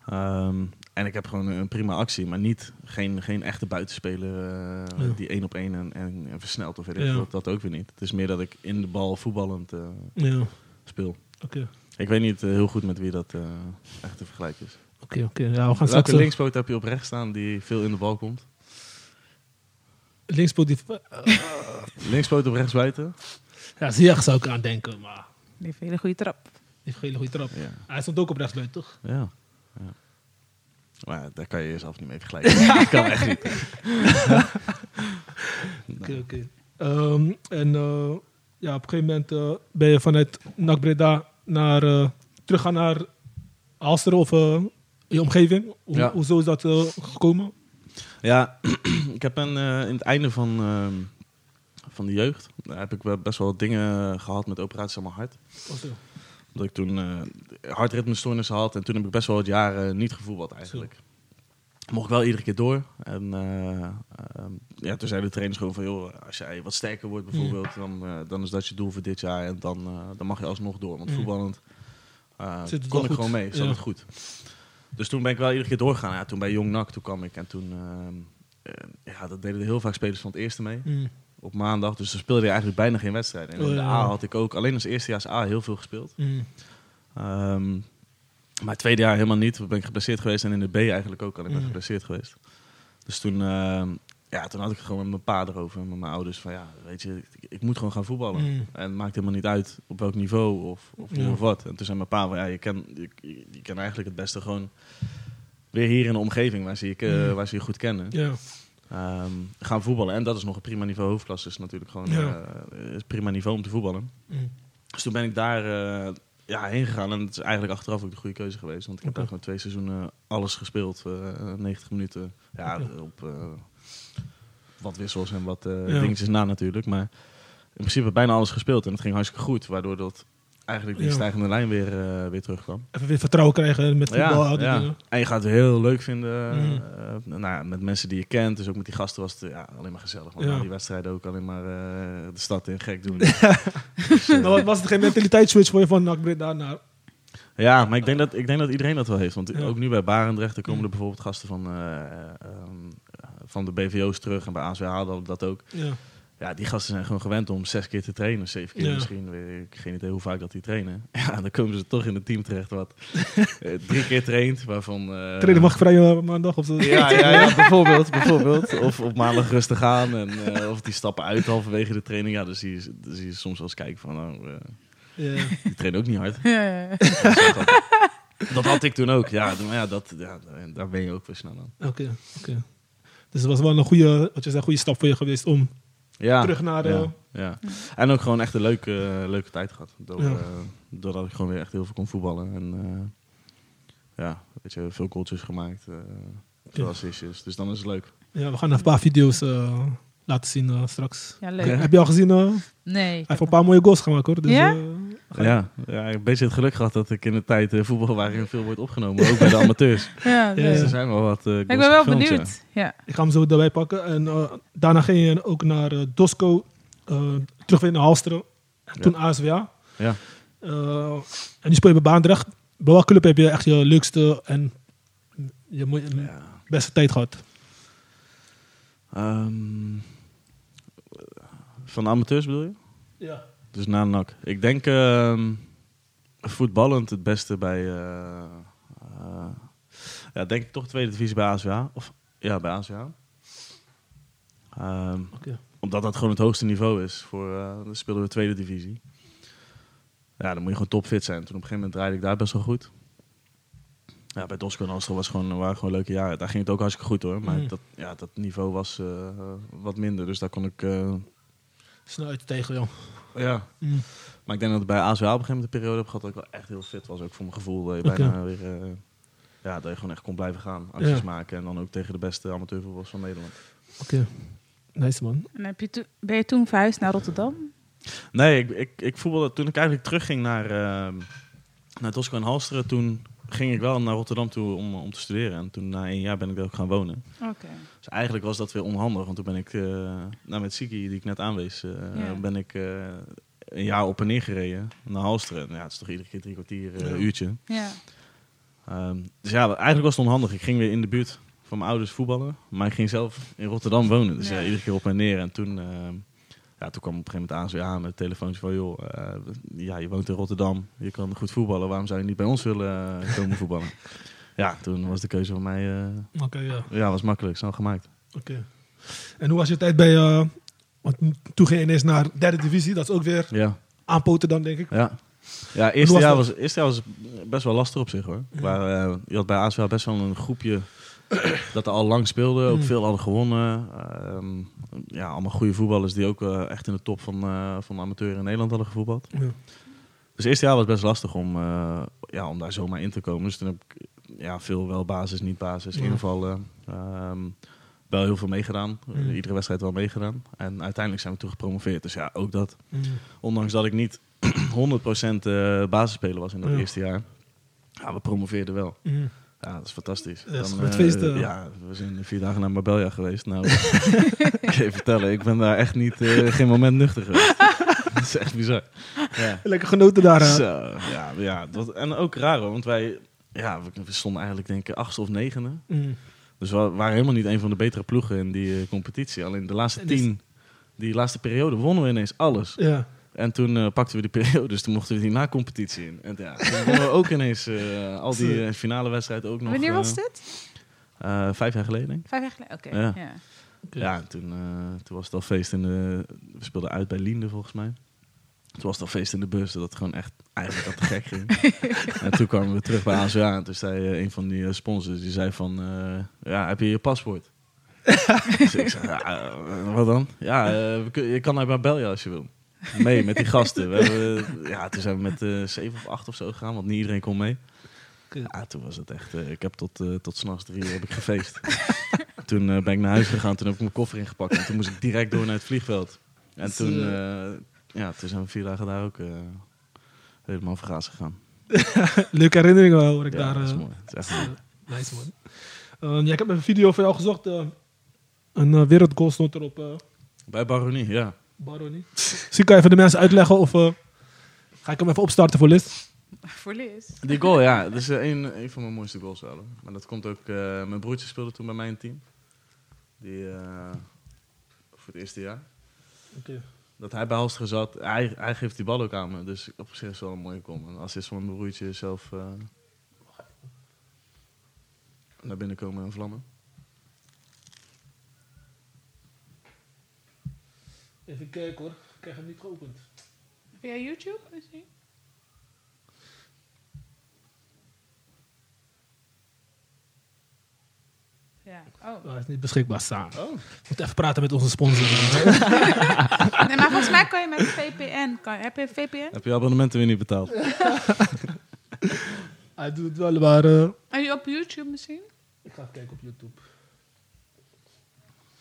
Ehm, en ik heb gewoon een prima actie. Maar niet, geen, geen echte buitenspeler eh, Ja. die één op één en, en, en versnelt of weet ik Ja. wat. Dat ook weer niet. Het is meer dat ik in de bal voetballend eh, Ja, oké. speel. oké Ik weet niet eh, heel goed met wie dat eh, echt te vergelijken is. oké Ja, we gaan straks... Welke eh, linkspoot heb je op rechts staan die veel in de bal komt? linkspoot die... Linkspoot op rechts buiten? Ja, Ziyech zou ik aan denken, maar... Die heeft een hele goede trap. (laughs) Die heeft een hele goede trap. Ja. Hij stond ook op rechtsbuiten, toch? Ja. ja. Maar ja, daar kan je jezelf niet mee (laughs) vergelijken. dat kan echt niet. Oké, oké. Ehm, en eh, ja, op een gegeven moment eh, ben je vanuit NAC Breda naar, eh, teruggaan naar Alster of eh, je omgeving. Hoe, Ja. Hoezo is dat eh, gekomen? Ja, (clears throat) ik heb een, eh, in het einde van, ehm, van de jeugd daar heb ik wel best wel dingen gehad met operaties aan mijn hart. Oh, zo. Omdat ik toen eh hartritmestoornissen had en toen heb ik best wel wat jaren niet gevoetbald eigenlijk. Mocht ik wel iedere keer door. En eh, ehm, ja, toen zeiden de trainers gewoon van, joh, als jij wat sterker wordt bijvoorbeeld, dan, eh, dan is dat je doel voor dit jaar. En dan, eh, dan mag je alsnog door. Want Mm. voetballend eh, Zit het kon wel ik goed? gewoon mee, zat Ja. het goed. Dus toen ben ik wel iedere keer doorgegaan. Ja, toen bij Jong NAC, toen kwam ik en toen... ehm, eh, ja, dat deden er heel vaak spelers van het eerste mee Mm. op maandag. Dus dan speelde je eigenlijk bijna geen wedstrijden. En in Oh, de ja. A had ik ook alleen als eerstejaars A heel veel gespeeld. Mm. Ehm, maar het tweede jaar helemaal niet. Toen ben ik geblesseerd geweest. En in de B eigenlijk ook al. Ik ben Mm. geblesseerd geweest. Dus toen, ehm, ja, toen had ik het gewoon met mijn pa erover. Met mijn ouders. Van ja, weet je, ik, ik moet gewoon gaan voetballen. Mm. En het maakt helemaal niet uit op welk niveau of, of hoe Ja. of wat. En toen zei mijn pa van ja, je kan, je, je- je kan eigenlijk het beste gewoon weer hier in de omgeving waar ze je, ke- Mm. waar ze je goed kennen. Ja, Ehm, gaan voetballen. En dat is nog een prima niveau. Hoofdklasse is natuurlijk gewoon Ja. eh, is prima niveau om te voetballen. Mm. Dus toen ben ik daar eh, ja, heen gegaan. En het is eigenlijk achteraf ook de goede keuze geweest. Want ik heb Oké. daar gewoon twee seizoenen alles gespeeld. eh, 90 minuten. Ja, Oké. op eh, wat wissels en wat eh, Ja. dingetjes na natuurlijk. Maar in principe bijna alles gespeeld. En het ging hartstikke goed. Waardoor dat eigenlijk die Ja. stijgende lijn weer, eh, weer terugkwam. Even weer vertrouwen krijgen met voetbal. al die dingen. En je gaat het heel leuk vinden. Mhm. eh, nou ja, met mensen die je kent. Dus ook met die gasten was het ja, alleen maar gezellig. Want Ja. na die wedstrijden ook alleen maar eh, de stad in gek (laughs) doen. Maar was- was het geen mentaliteitsswitch voor je van NAC Breda naar... ja, maar ik denk, dat, ik denk dat iedereen dat wel heeft. Want Ja. ook nu bij Barendrecht er komen Mhm. er bijvoorbeeld gasten van, eh, ehm, eh, van de BVO's terug. En bij ASW hadden we dat ook. Ja, Ja, die gasten zijn gewoon gewend om zes keer te trainen. Zeven keer Ja. misschien. Weet Ik geen idee hoe vaak dat die trainen. (laughs) Ja, dan komen ze toch in een team terecht wat eh, drie keer traint. Waarvan... eh, trainen mag vrij eh, maandag of zo. Ja, ja, ja bijvoorbeeld, bijvoorbeeld. Of op maandag rustig aan. En, eh, of die stappen uit halverwege de training. Ja, dan zie je, dan zie je soms wel eens kijken van... Nou, eh, Ja. die trainen ook niet hard. Ja, Dat is wel grappig. (laughs) Dat had ik toen ook. Ja, maar ja, dat, ja daar ben je ook weer snel aan. Oké, oké. Dus het was wel een goede, wat je zei, goede stap voor je geweest om Ja, terug naar... eh, ja, ja. En ook gewoon echt een leuke, leuke tijd gehad. Door, Ja. eh, doordat ik gewoon weer echt heel veel kon voetballen. En eh, ja, weet je, veel goaltjes gemaakt. eh, veel Ja. assistjes. Dus dan is het leuk. Ja, we gaan een paar video's eh, laten zien eh, straks. ja leuk. Heb je al gezien? eh, hij Nee. ik heb heeft een paar mooie goals gemaakt hoor. Dus, Ja? eh, ga- Ja, ja, ik heb een beetje het geluk gehad dat ik in de tijd eh, voetbal waarin veel wordt opgenomen, ook bij de amateurs. nog- Ja, (laughs) Ja, leuk. Dus er zijn wel wat. eh, Ik ben goals wel gefilmd, ja. benieuwd. Ja. Ik ga hem zo erbij pakken. En eh, daarna ging je ook naar eh, Dosco, eh, terug weer naar Halsteren. En Ja. toen ASWA. Ja. Eh, en nu speel je bij Baandrecht. Bij welke club heb je echt je leukste en je mo- Ja. beste tijd gehad? Ehm, van de amateurs bedoel je? Ja. Dus na NAC. Ik denk ehm, voetballend het beste bij. eh, eh, ja, denk ik toch tweede divisie bij ASWA. Of ja, bij ASWA. Ehm, Oké. Omdat dat gewoon het hoogste niveau is. Voor, eh dan speelden we tweede divisie. Ja, dan moet je gewoon topfit zijn. Toen op een gegeven moment draaide ik daar best wel goed. Ja, bij Dosco en Amstel was gewoon, waren gewoon leuke jaren. Daar ging het ook hartstikke goed hoor. Maar Mhm. dat, ja, dat niveau was eh, wat minder. Dus daar kon ik eh, Snel uit de tegel, joh. Ja. Mm. Maar ik denk dat ik bij ASWA op een gegeven moment de periode heb gehad dat ik wel echt heel fit was. Ook voor mijn gevoel. Dat je Oké. bijna weer... eh, ja, dat je gewoon echt kon blijven gaan. Acties Ja. maken. En dan ook tegen de beste amateurvoetballers van Nederland. Oké. Nice, man. En heb je to- ben je toen verhuisd naar Rotterdam? Nee, ik, ik, ik voetbalde toen ik eigenlijk terugging naar, ehm naar Tosco en Halsteren. Toen ging ik wel naar Rotterdam toe om, om te studeren. En toen na één jaar ben ik daar ook gaan wonen. Oké. Dus eigenlijk was dat weer onhandig. Want toen ben ik eh, nou, met Siki, die ik net aanwees, eh, Ja. ben ik eh, een jaar op en neer gereden naar Halsteren. Nou, Ja, het is toch iedere keer drie kwartier, eh, Ja. uurtje. Ja. Ehm, dus ja, eigenlijk was het onhandig. Ik ging weer in de buurt van mijn ouders voetballen. Maar ik ging zelf in Rotterdam wonen. Dus ja, Ja. iedere keer op en neer. En toen, ehm, ja, toen kwam op een gegeven moment ASWA met het telefoontje van... joh, eh, ja, je woont in Rotterdam, je kan goed voetballen. Waarom zou je niet bij ons willen eh, komen voetballen? Ja, toen was de keuze van mij... eh, Oké, ja. ja, was makkelijk, snel gemaakt. Oké. En hoe was je tijd bij... eh, want toen ging je ineens naar derde divisie. Dat is ook weer Ja, aanpoten dan, denk ik. ja. Ja, Hoe eerste was jaar, dat? was, eerste jaar was best wel lastig op zich hoor. Maar, eh, je had bij ASWA best wel een groepje (coughs) dat er al lang speelde. Ook Mm. veel hadden gewonnen. Ehm, ja, allemaal goede voetballers die ook eh, echt in de top van, eh, van de amateur in Nederland hadden gevoetbald. Ja. Dus eerste jaar was best lastig om, eh, ja, om daar zomaar in te komen. Dus toen heb ik ja, veel wel basis, niet basis. Ja. In ieder geval eh, ehm, wel heel veel meegedaan. Mm. Iedere wedstrijd wel meegedaan. En uiteindelijk zijn we toen gepromoveerd. Dus ja, ook dat Mm. ondanks dat ik niet (clears throat) 100% eh, basisspeler was in dat Ja. eerste jaar. Ja, we promoveerden wel. Mm. Ja, dat is fantastisch. Dat is Dan, goed eh, feesten. ja, we zijn vier dagen naar Marbella geweest. Nou, (laughs) ik kan je vertellen, ik ben daar echt niet, eh, geen moment nuchter geweest. (laughs) dat is echt bizar. Ja. Lekker genoten daar. eh. hè? Zo, ja, ja, dat, en ook raar hoor, want wij ja, we, we stonden eigenlijk denk ik achtste of negende. Mm. Dus we waren helemaal niet een van de betere ploegen in die eh, competitie. Alleen de laatste En dus- tien, die laatste periode wonnen we ineens alles. Ja. (laughs) En toen eh, pakten we die periode, dus toen mochten we die na-competitie in. En ja, toen wonnen we ook ineens eh, al die eh, finale wedstrijd ook nog. Wanneer eh, was dit? eh, vijf jaar geleden, denk ik. Vijf jaar geleden? Oké. Ja. Ja. Ja, en toen, eh, toen was het al feest in de... We speelden uit bij Liende, volgens mij. Toen was het al feest in de bus, dat het gewoon echt eigenlijk dat te gek ging. (laughs) en toen kwamen we terug bij ASWA en toen zei eh, een van die eh, sponsors, die zei van... eh, ja, heb je je paspoort? dus ik zei, ja, eh, wat dan? Ja, eh, we kun- je kan naar Marbella als je wil. Mee met die gasten. We hebben, ja, toen zijn we met eh, zeven of acht of zo gegaan, want niet iedereen kon mee. Ja, toen was het echt... eh, ik heb tot, eh, tot s'nachts drie uur heb ik gefeest. (laughs) Toen eh, ben ik naar huis gegaan, toen heb ik mijn koffer ingepakt. En toen moest ik direct door naar het vliegveld. En Zo. toen, eh, ja, toen zijn we vier dagen daar ook eh, helemaal vergaas gegaan. Leuke herinneringen hoor ik ja, daar. dat is eh, mooi. Dat is echt mooi. Nice man. Ehm, ja, ik heb even een video van jou gezocht. eh, een eh, wereldgoal stond er op eh Bij Baronie, ja. (laughs) Baroni. Zie kan je even de mensen uitleggen of eh, ga ik hem even opstarten voor List? (laughs) Voor Liz. Die goal, ja. Dat is eh, een, een van mijn mooiste goals wel. hoor. Maar dat komt ook... eh, mijn broertje speelde toen bij mijn team. Die, eh, voor het eerste jaar. Oké. Dat hij bij Halster zat. Hij, hij geeft die bal ook aan me. Dus op zich is het wel een mooie kom. Een assist van mijn broertje zelf... eh, naar binnen komen en vlammen. Even kijken hoor. Ik krijg hem niet geopend. Via YouTube misschien? Ja. Oh. Ah, hij is niet beschikbaar staan. Oh. Moet even praten met onze sponsor. Nee, maar volgens mij kan je met VPN. Kan, heb je VPN? Heb je abonnementen weer niet betaald? (laughs) hij doet het wel, maar eh, Are je op YouTube misschien? ik ga even kijken op YouTube.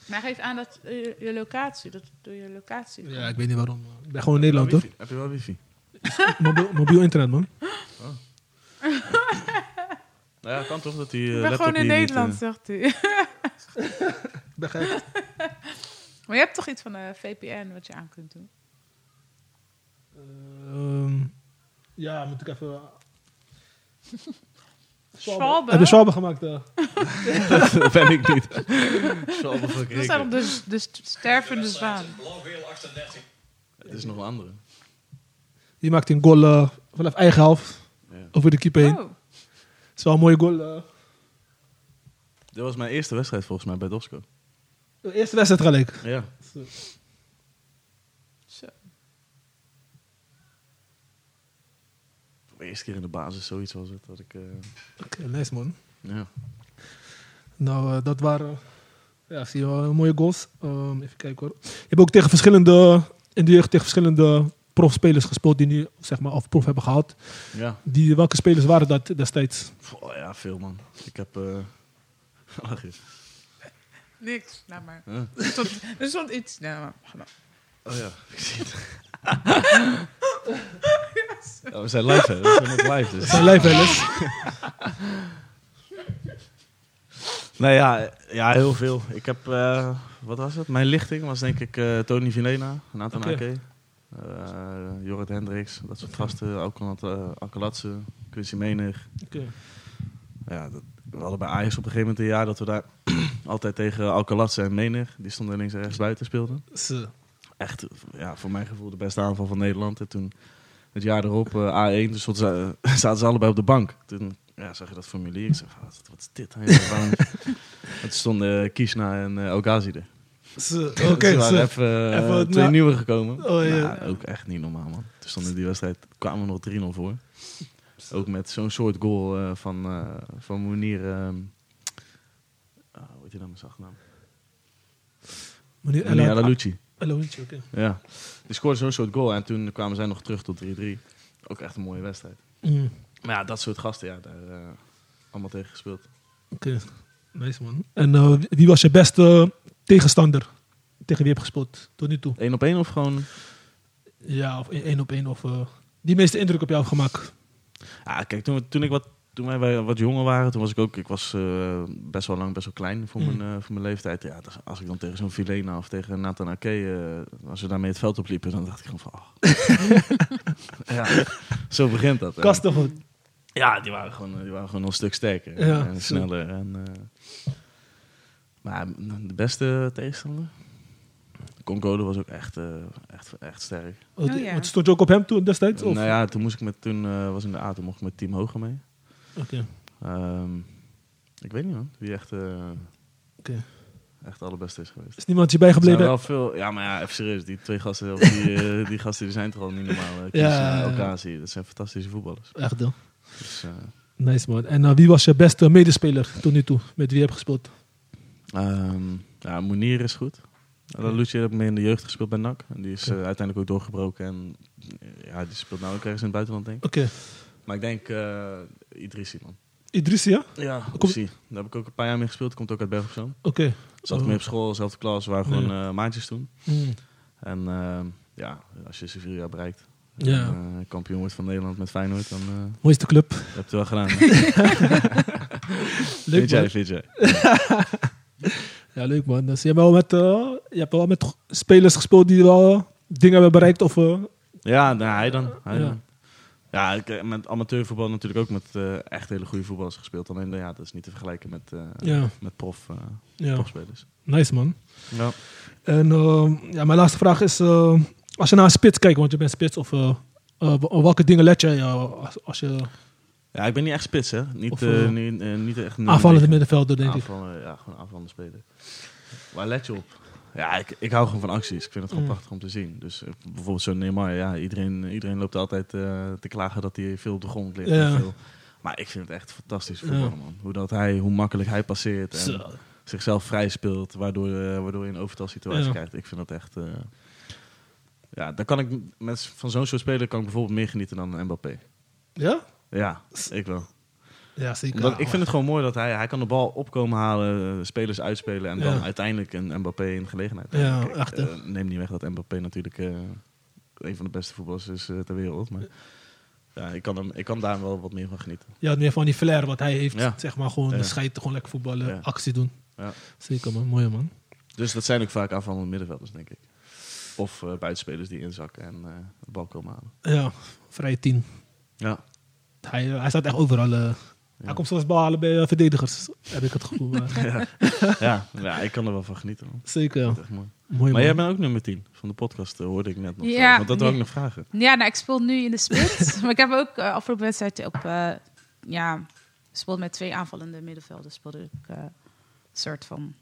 Maar geef aan dat eh, je, je locatie, dat door je locatie. Ja, ik weet niet waarom. maar Ik ben gewoon in Nederland hoor. Heb je wel wifi? Mobiel, mobiel internet man. Nou ja, kan toch dat die eh, Ik ben laptop gewoon in hier niet, Nederland, eh, zegt hij. Ik ben gek. (laughs) Maar je hebt toch iets van eh, een VPN wat je aan kunt doen? Ehm, ja, moet ik even... Schwalbe? Heb je Schwalbe gemaakt? eh? (laughs) dat ben ik niet. (laughs) Zal me Dat is verkrikken. dan de, de st- stervende zwaan. Blauw-geel 38. Het is nog een andere. Die maakt een goal eh, vanaf eigen helft. Ja. Over de keeper heen. Oh, Het is wel een mooie goal. eh. Dit was mijn eerste wedstrijd volgens mij bij Dosco. de eerste wedstrijd gelijk. Ja. zo. De eerste keer in de basis, zoiets was het. Dat ik, eh, Oké, nice man. ja. Nou, eh, dat waren... Ja, zie je wel, mooie goals. Ehm, even kijken hoor. Je hebt ook tegen verschillende in de jeugd tegen verschillende profspelers gespeeld die nu, zeg maar, of prof hebben gehad. Ja. Die, welke spelers waren dat destijds? Pff, ja, veel man. Ik heb... eh, (laughs) Lach eens. Niks, nou maar. Huh? Er stond, er stond iets. Nou, maar. ga maar. Oh ja, (laughs) ik zie het. Ja, we zijn live, hè? We zijn ook live, dus. Zijn lijfwellers. Nou ja, ja, heel veel. Ik heb, eh, wat was het? Mijn lichting was denk ik eh, Tony Vilena, Nathan Oké. Ake, eh, Jorrit Hendricks, dat soort gasten. Alkalat- eh, Alkalatse, Quincy Menig. Ja, dat, we hadden bij Ajax op een gegeven moment een jaar dat we daar (clears throat) altijd tegen Alkalatse en Menig, die stonden links en rechts buiten, speelden. Zo. Echt, ja, voor mijn gevoel de beste aanval van Nederland. En toen, het jaar erop, eh, A1, dus zaten ze, (laughs) zaten ze allebei op de bank. Toen ja, zag je dat formulier. Ik zeg, wat, wat is dit? hè? Waarom- Het stonden eh, Kishna en eh Ogazi er. Zo. Dus Oké, er waren zo. even, eh, Even, twee nou- nieuwe gekomen. Oh, ja. Nou, ook echt niet normaal, man. Toen stonden die wedstrijd, kwamen we nog 3-0 voor. Ook met zo'n soort goal eh, van, eh van Moenier. ehm, ah, hoe heet hij nou met zijn achternaam? Meneer Moenier Ella. Alalucci. Ella Luci, oké. Ja, die scoorde zo'n soort goal en toen kwamen zij nog terug tot 3-3. Ook echt een mooie wedstrijd. Mm, Maar ja, dat soort gasten, ja, daar eh, allemaal tegen gespeeld. Oké, nice man. En eh, wie- wie was je beste tegenstander? Tegen wie heb je gespeeld tot nu toe? Eén op één of gewoon... Ja, of één op één. Of, eh, die meeste indruk op jou heeft gemaakt. Ja, kijk, toen, we- toen, ik wat, toen wij- wij wat jonger waren, toen was ik ook... Ik was eh, best wel lang, best wel klein voor, Mm. mijn, eh, voor mijn leeftijd. Ja, dus als ik dan tegen zo'n Filena of tegen Nathan Ake... eh, als we daarmee het veld opliepen, dan dacht ik gewoon van... ach. (laughs) ja, zo begint dat. hè. Kasten goed. Ja, die waren gewoon, eh, die waren gewoon een stuk sterker Ja, en sneller. En, eh, maar mm, de beste tegenstander? Concode was ook echt, eh, echt, echt sterk. Want, Oh, ja. want stond je ook op hem toen destijds? Of? nou ja, toen moest ik met, toen eh, was in de A, toen mocht ik met Team Hoger mee. Oké, Ehm, ik weet niet man, wie echt, eh oké. echt de allerbeste is geweest. Is niemand je Er zijn bijgebleven? wel veel, ja maar ja, even serieus, die twee gasten, of (laughs) die, eh, die gasten die zijn toch al niet normaal. Uh, Ja, ja, ja. dat zijn fantastische voetballers. Echt wel. Dus, eh, Nice man. En eh, wie was je beste medespeler tot nu toe? Met wie heb je gespeeld? Ehm, ja, Moenier is goed. Lucie heb ik mee in de jeugd gespeeld bij NAC. En die is eh, uiteindelijk ook doorgebroken. En eh, ja, die speelt nou ook ergens in het buitenland, denk ik. Oké, Maar ik denk eh Idrissi, man. Idrissi, ja? Ja, Kom- Idrissi. Daar heb ik ook een paar jaar mee gespeeld. Komt ook uit Bergen Oké. Zat Oh. mee op school, zelfde klas. We waren Ja. gewoon eh, maatjes toen. Mm. En ehm, ja, als je Sevilla bereikt. Ja. en, eh, kampioen wordt van Nederland met Feyenoord, dan eh, Mooiste club. heb je het wel gedaan. (laughs) hè? Leuk vind jij, man. vind jij. Ja, leuk man. Dus je hebt wel met, eh, je hebt wel met go- spelers gespeeld die wel eh, dingen hebben bereikt. Of, eh, Ja, nou, hij dan. Hij Ja. dan. ja ik, eh, met amateurvoetbal natuurlijk ook met eh, echt hele goede voetballers gespeeld. Alleen ja, dat is niet te vergelijken met, eh, ja, met prof, eh, ja, profspelers. nice man. Ja. En eh, ja, mijn laatste vraag is, eh, als je naar een spits kijkt, want je bent spits, of eh, eh, op welke dingen let jij eh, als, als je ja, ik ben niet echt spits, hè. Niet, Of, eh, eh, niet, eh, niet echt... aanvallende middenvelder, denk ik? Aanvallen, ja, gewoon aanvallende speler. Waar let je op? Ja, ik, ik hou gewoon van acties. Ik vind het gewoon Mm. prachtig om te zien. Dus eh, bijvoorbeeld zo'n Neymar, ja, iedereen, iedereen loopt altijd eh, te klagen dat hij veel op de grond ligt. Ja. en Veel. Maar ik vind het echt fantastisch Ja. voetballen, man. Hoe, dat hij, hoe makkelijk hij passeert. En, Zo. zichzelf vrij speelt, waardoor, eh, waardoor je een overtalsituatie Ja. krijgt. Ik vind dat echt... eh, ja, dan kan ik met, van zo'n soort speler kan ik bijvoorbeeld meer genieten dan een Mbappé. Ja? Ja, ik wel. Ja, zeker. Omdat, ik vind het gewoon mooi dat hij, hij kan de bal opkomen halen, eh, spelers uitspelen en dan Ja. uiteindelijk een Mbappé in gelegenheid. Ja, Kijk, echt, hè. eh, neem niet weg dat Mbappé natuurlijk eh, een van de beste voetballers is eh, ter wereld. Maar ja, ik, kan hem, ik kan daar wel wat meer van genieten. Ja, meer van die flair wat hij heeft. Ja. Zeg maar gewoon Ja. de scheid, gewoon lekker voetballen, Ja. actie doen. Ja. Zeker man, mooi man. Dus dat zijn ook vaak aanvallende middenvelders, denk ik. Of eh, buitenspelers die inzakken en eh, de bal komen halen. Ja, vrije tien. Ja. Hij, eh, hij staat echt overal. eh. Hij komt soms bal halen bij eh, verdedigers, heb ik het gevoel. maar- (laughs) (laughs) Ja, ja, ik kan er wel van genieten. Man. zeker, ja. Dat is echt mooi. mooi Maar man. jij bent ook nummer 10 van de podcast, eh, hoorde ik net nog. Ja, zelfs, want dat wil ik nee. nog vragen. Ja, nou, ik speel nu in de spits. (laughs) maar ik heb ook eh, afgelopen wedstrijd op... eh ja, speelde met twee aanvallende middenvelden. Speelde ik eh, een soort van...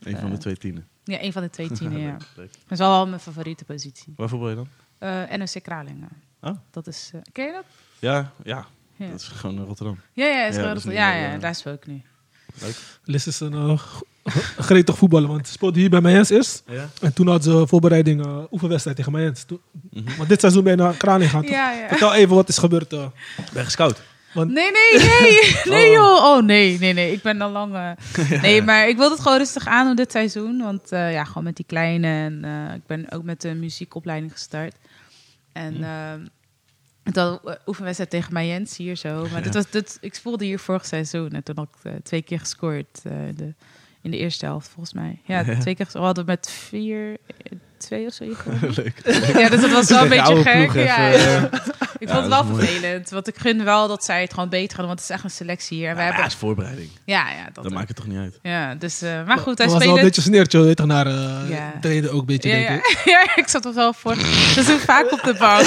Een van de twee tienen. Ja, een van de twee (laughs) tienen, ja. Leuk, leuk. Dat is wel mijn favoriete positie. Waar voetbal je dan? Eh NOC Kralingen. Oh. Dat is... eh, ken je dat? Ja, ja, Ja, dat is gewoon in Rotterdam. ja, ja, is Ja, wel dat is dat- niet ja, heel, ja, eh, daar speel ik nu. Lis is een eh, go- gretig voetballen. Want ze speelden hier bij Mayens eerst. Ja? En toen had ze voorbereiding eh, oefenwedstrijd tegen Mayens. Toen- Mhm. Want dit seizoen ben je naar Kralingen gaan. toch? Ja, ja. Vertel even wat is gebeurd. eh. Ben gescout. Nee, nee, nee. (laughs) (laughs) Nee, joh. Oh, nee, nee, nee. Ik ben al lang... eh, Nee, maar ik wil het gewoon rustig aan doen dit seizoen. Want eh, ja, gewoon met die kleine. En eh, ik ben ook met de muziekopleiding gestart. En ehm dan oefenwedstrijd tegen Mayens hier zo. Maar dit Ja. was, dit, ik speelde hier vorig seizoen. En toen had ik eh, twee keer gescoord eh, in de, in de eerste helft, volgens mij. Ja, Ja. twee keer. gescoord. We hadden met vier... eh, Twee of (laughs) zo. hier gewonnen. (laughs) Leuk. Ja, dus dat was (laughs) wel Tegen een beetje oude gek. ploeg Ja, even, ja. eh, Ik Ja, vond het dat wel is moeilijk. vervelend. Want ik gun wel dat zij het gewoon beter gaan doen. Want het is echt een selectie hier. En we Ja, maar hebben... dat is voorbereiding. Ja, ja, dat, Dat maakt het toch niet uit. ja dus, eh, maar goed, was hij wel speelde... een beetje sneertje weet je, naar eh Ja. treden ook een beetje. denk Ja, ja. ik. (laughs) ja, ik zat er wel voor. Dat doe ik vaak op de (laughs) bank.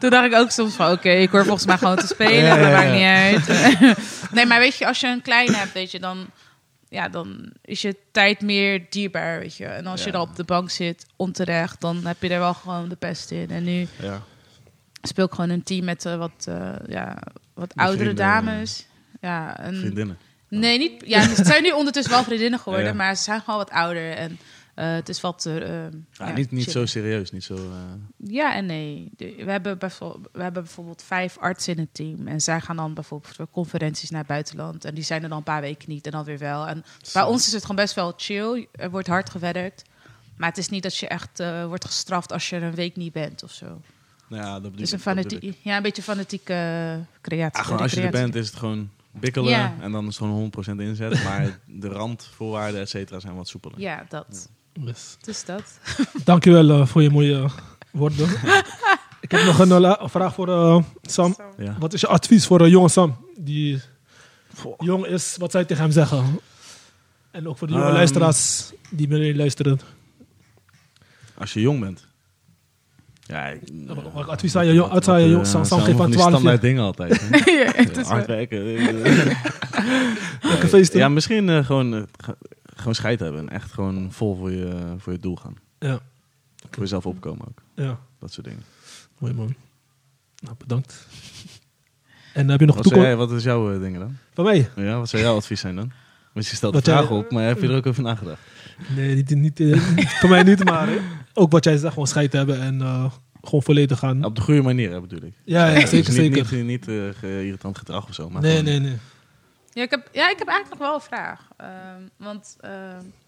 Toen dacht ik ook soms van, oké, ik hoor volgens mij gewoon te spelen. Ja, ja, Dat ja. maakt niet uit. (laughs) nee, maar weet je, als je een kleine hebt, weet je, dan, ja, dan is je tijd meer dierbaar, weet je. En als je Ja. dan op de bank zit, onterecht, dan heb je er wel gewoon de pest in. En nu Ja. speel ik gewoon een team met eh, wat, eh, ja, wat oudere vrienden, dames. Ja, en, Vriendinnen. Nee, niet. Ja, ze zijn nu ondertussen wel vriendinnen geworden, Ja, ja. maar ze zijn gewoon wat ouder en eh, het is wat. eh, eh, Ja, Ah, niet niet zo chill. serieus. Niet zo... eh, Ja en nee. De- We hebben, bijvo- we hebben bijvoorbeeld vijf artsen in het team en zij gaan dan bijvoorbeeld voor conferenties naar het buitenland en die zijn er dan een paar weken niet en dan weer wel. En bij ons is het gewoon best wel chill. Er wordt hard gewerkt, maar het is niet dat je echt eh, wordt gestraft als je er een week niet bent of zo. nou ja, dat bedoel Dus een ik, dat bedoel ik. fanatiek, ja, een beetje fanatieke eh, creatie. Ja, Ah, gewoon als je er recreatie. bent is het gewoon bikkelen Ja. en dan is het gewoon 100% (laughs) inzet. Maar de randvoorwaarden, et cetera, zijn wat soepeler. Ja, dat. Yes. Dus dat. Dankjewel eh, voor je mooie eh, (laughs) woorden. ik heb nog een eh, la- vraag voor eh, Sam. Ja. Wat is je advies voor een jonge Sam? Die jong is, wat zou je tegen hem zeggen? En ook voor de jonge Ehm. luisteraars die mee luisteren. Als je jong bent. Ja, ik- wat- wat advies zou je jong- wat zou je eh, jong- Sam- Sam zijn geeft allemaal aan die 12 jaar. standaard dingen altijd. (laughs) hè? (laughs) Ja, het is wel- Hard werken. (laughs) eh, Lekker feesten. ja, misschien eh, gewoon, eh, ge- gewoon scheid hebben. En echt gewoon vol voor je, voor je doel gaan. Ja. Voor jezelf opkomen ook. Ja, Dat soort dingen. mooi man. Nou, bedankt. En heb je nog Wat, zou toekomst? jij, wat is jouw eh, dingen dan? Van mij? Ja, wat zou (laughs) jouw advies zijn dan? Want je stelt de Wat eh, jij- vraag op, maar heb je er ook over nagedacht? Nee, niet, niet, eh, (laughs) niet- voor mij niet, maar eh, ook wat jij zegt, gewoon scheid hebben en eh, gewoon volledig gaan. Op de goede manier, hè, bedoel ik. Hm? Ja, ja, Dus zeker, niet, zeker. Niet, niet, eh, ge- irritant gedrag of zo. Maar Nee, gewoon- nee, nee. Ja, ik heb, ja, ik heb eigenlijk nog wel een vraag. Ehm, want ehm,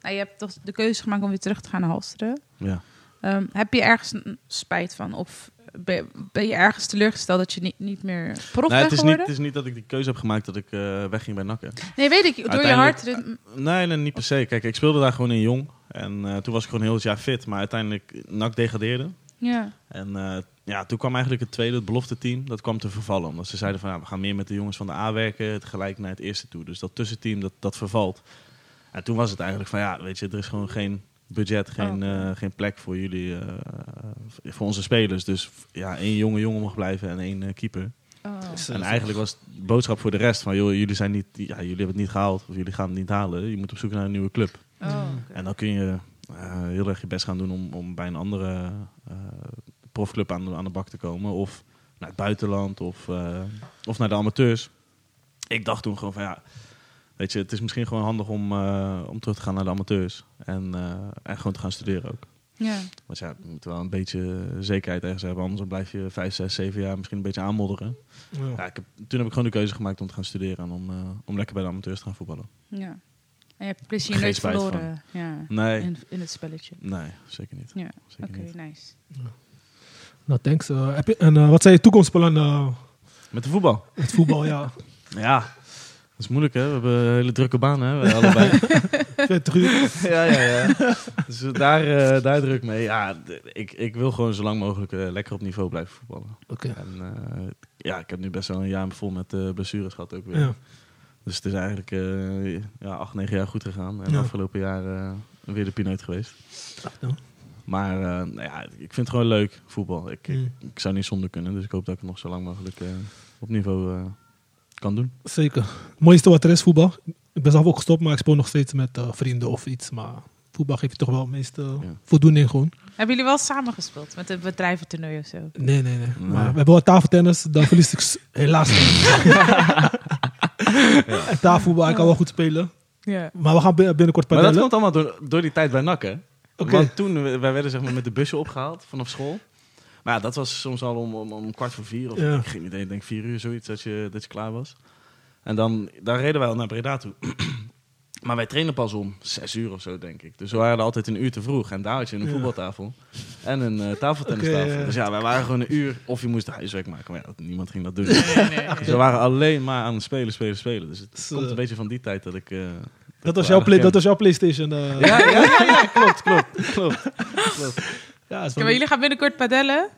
nou, je hebt toch de keuze gemaakt om weer terug te gaan naar Halsteren. Ja. Ehm, heb je ergens een spijt van? Of ben, ben je ergens teleurgesteld dat je niet, niet meer prof Nou, bent het, is niet, geworden? het is niet dat ik die keuze heb gemaakt dat ik eh, wegging bij Nakken. nee, weet ik. Door je hart... Uiteindelijk- Ah. Nee, nee, niet per se. Kijk, ik speelde daar gewoon in jong. En eh, toen was ik gewoon heel het jaar fit. Maar uiteindelijk, NAC degradeerde. ja. En eh, ja, toen kwam eigenlijk het tweede, het belofte team, dat kwam te vervallen. Omdat ze zeiden van, ja, we gaan meer met de jongens van de A werken, tegelijk naar het eerste toe. Dus dat tussenteam, dat, dat vervalt. En toen was het eigenlijk van, ja, weet je, er is gewoon geen budget, geen, eh, geen plek voor jullie, eh, voor onze spelers. Dus ja, één jonge jongen mocht blijven en één eh, keeper. Oh. En eigenlijk was de boodschap voor de rest van, joh, jullie, zijn niet, ja, jullie hebben het niet gehaald, of jullie gaan het niet halen. Je moet op zoek naar een nieuwe club. Oh, oké. En dan kun je eh, heel erg je best gaan doen om, om bij een andere eh, profclub aan de, aan de bak te komen. Of naar het buitenland of, eh, of naar de amateurs. Ik dacht toen gewoon van ja, weet je, het is misschien gewoon handig om, eh, om terug te gaan naar de amateurs. En, eh, en gewoon te gaan studeren ook. Ja. Want ja, je moet wel een beetje zekerheid ergens hebben. Anders dan blijf je vijf, zes, zeven jaar misschien een beetje aanmodderen. Ja, ik heb, toen heb ik gewoon de keuze gemaakt om te gaan studeren en om, eh, om lekker bij de amateurs te gaan voetballen. ja. En je hebt plezier Geen nooit spijt van. verloren ja, Nee, in, in het spelletje. nee zeker niet. Ja, Zeker Oké, niet. nice. Nou, thanks. Eh, heb je, en eh, wat zijn je toekomstplannen? eh, Met de voetbal. het voetbal, (laughs) ja. Ja, dat is moeilijk hè. We hebben een hele drukke baan hè, wij allebei. 40 uur. (laughs) ja, ja, ja. Dus daar, eh, daar druk mee. Ja, d- ik, ik wil gewoon zo lang mogelijk eh, lekker op niveau blijven voetballen. Oké. En eh, ja, ik heb nu best wel een jaar vol met eh, blessures gehad ook weer. Ja. Dus het is eigenlijk eh, ja, acht, negen jaar goed gegaan. En Ja. afgelopen jaar eh, weer de pineut geweest. dan. Maar eh, nou ja, ik vind het gewoon leuk, voetbal. Ik, ik, Mm. ik zou niet zonder kunnen, dus ik hoop dat ik het nog zo lang mogelijk eh, op niveau eh, kan doen. Zeker. Het mooiste wat er is, voetbal. Ik ben zelf ook gestopt, maar ik speel nog steeds met eh, vrienden of iets. Maar voetbal geeft je toch wel het meeste Ja. voldoening gewoon. Hebben jullie wel samen gespeeld met een bedrijventoernooi of zo? Nee, nee, nee. Maar we hebben wel tafeltennis, dan (laughs) verlies ik s- helaas. niet. En tafelvoetbal, ik kan wel goed spelen. Ja. Maar we gaan bin- binnenkort Maar dat padellen. komt allemaal door, door die tijd bij NAC, hè? Oké. Want toen, we- wij werden zeg maar met de busje opgehaald vanaf school. Maar ja, dat was soms al om, om, om kwart voor vier of Ja. ik geen idee, ik denk vier uur zoiets dat je, dat je klaar was. En dan, daar reden wij al naar Breda toe. (clears throat) maar wij trainen pas om zes uur of zo, denk ik. Dus we waren er altijd een uur te vroeg. En daar had je een Ja. voetbaltafel en een eh, tafeltennistafel. Oké, ja. Dus ja, wij waren gewoon een uur of je moest huiswerk maken. Maar ja, dat- niemand ging dat doen. Nee, nee, Dus nee. we waren alleen maar aan het spelen, spelen, spelen. Dus het Zo. komt een beetje van die tijd dat ik... eh, Dat was, ik jouw wel play, aardig dat was jouw PlayStation. eh. ja, ja, ja, (laughs) ja, klopt, klopt, klopt. klopt. Ja, is Oké, wel- maar jullie gaan binnenkort padellen.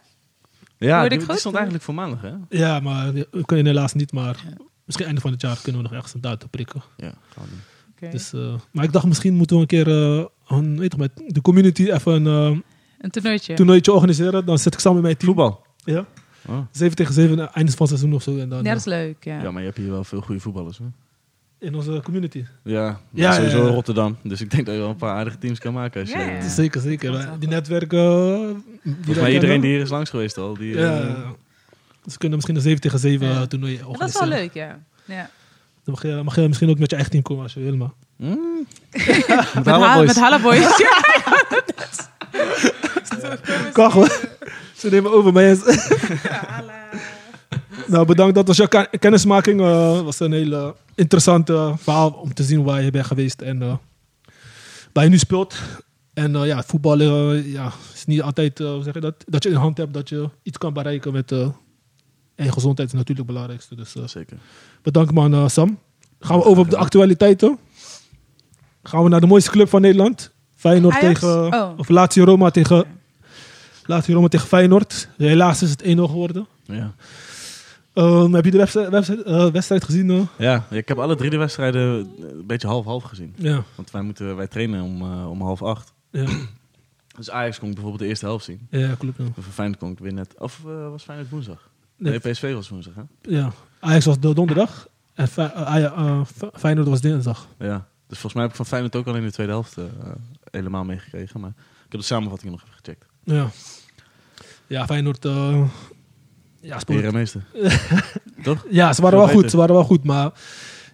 Ja, Hoorde ik die, goed? die stond eigenlijk voor maandag, hè? ja, maar we kunnen helaas niet. Maar misschien einde van het jaar kunnen we nog ergens een datum prikken. Ja, gaan we doen. Oké. Dus, eh, maar ik dacht, misschien moeten we een keer eh, een, weet je, met de community even een eh, Een toernooitje. toernooitje organiseren. Dan zit ik samen met mijn team. Voetbal. Ja. Oh. 7 tegen 7, eh, einde van het seizoen of zo. En dan, Ja, dat is leuk. Ja. Ja, maar je hebt hier wel veel goede voetballers, hè? eh, in onze community. Ja, Dus Ja, sowieso ja, ja. Rotterdam. Dus ik denk dat je wel een paar aardige teams kan maken. Als je, Ja, ja. Volgens Zeker, zeker. Dat is wel die netwerken. eh, die wij mij iedereen kennen. die hier is langs geweest al. Die, Ja, Dus eh, ze kunnen misschien een 7 tegen 7 Ja. toernooi organiseren. dat is wel leuk, ja. ja. Dan mag je, mag je misschien ook met je eigen team komen als je wil. Maar. mm, Met, Halla Ha- Boys. met Halla Boys. ja. (laughs) Kan gewoon. Ze nemen over mij. nou, bedankt. Dat was jouw ken- kennismaking. Het was een heel eh, interessant eh, verhaal om te zien waar je bent geweest en eh, waar je nu speelt. En eh, ja, het voetbal eh, ja, is niet altijd, eh, hoe zeg je dat, dat je in de hand hebt dat je iets kan bereiken met... eh, en gezondheid is natuurlijk het belangrijkste. Dus eh, zeker. bedankt man eh, Sam. Gaan we over op de actualiteiten. Gaan we naar de mooiste club van Nederland. Feyenoord Ajax? tegen... Oh. Of Lazio Roma tegen... Lazio Roma tegen Feyenoord. Helaas is het 1-0 geworden. Ja. Ehm, heb je de website, website- eh, wedstrijd gezien? eh? ja, ik heb alle drie de wedstrijden eh, een beetje half-half gezien. Ja. Want wij, moeten, wij trainen om, eh, om half acht. Ja, Dus Ajax kon ik bijvoorbeeld de eerste helft zien. ja klopt. Ja. En Voor Feyenoord kon ik weer net... Of eh, was Feyenoord woensdag? Nee. Nee, PSV was woensdag, hè? ja. Ajax was de donderdag. En Fe- eh, Aja- eh, Fe- Feyenoord was dinsdag. Ja, dus volgens mij heb ik van Feyenoord ook al in de tweede helft eh, helemaal meegekregen. Maar ik heb de samenvatting nog even gecheckt. Ja. Ja, Feyenoord... eh, ja, speelde (laughs) Herenmeester. Toch? Ja, ze waren Veel wel goed. beter. Ze waren wel goed, maar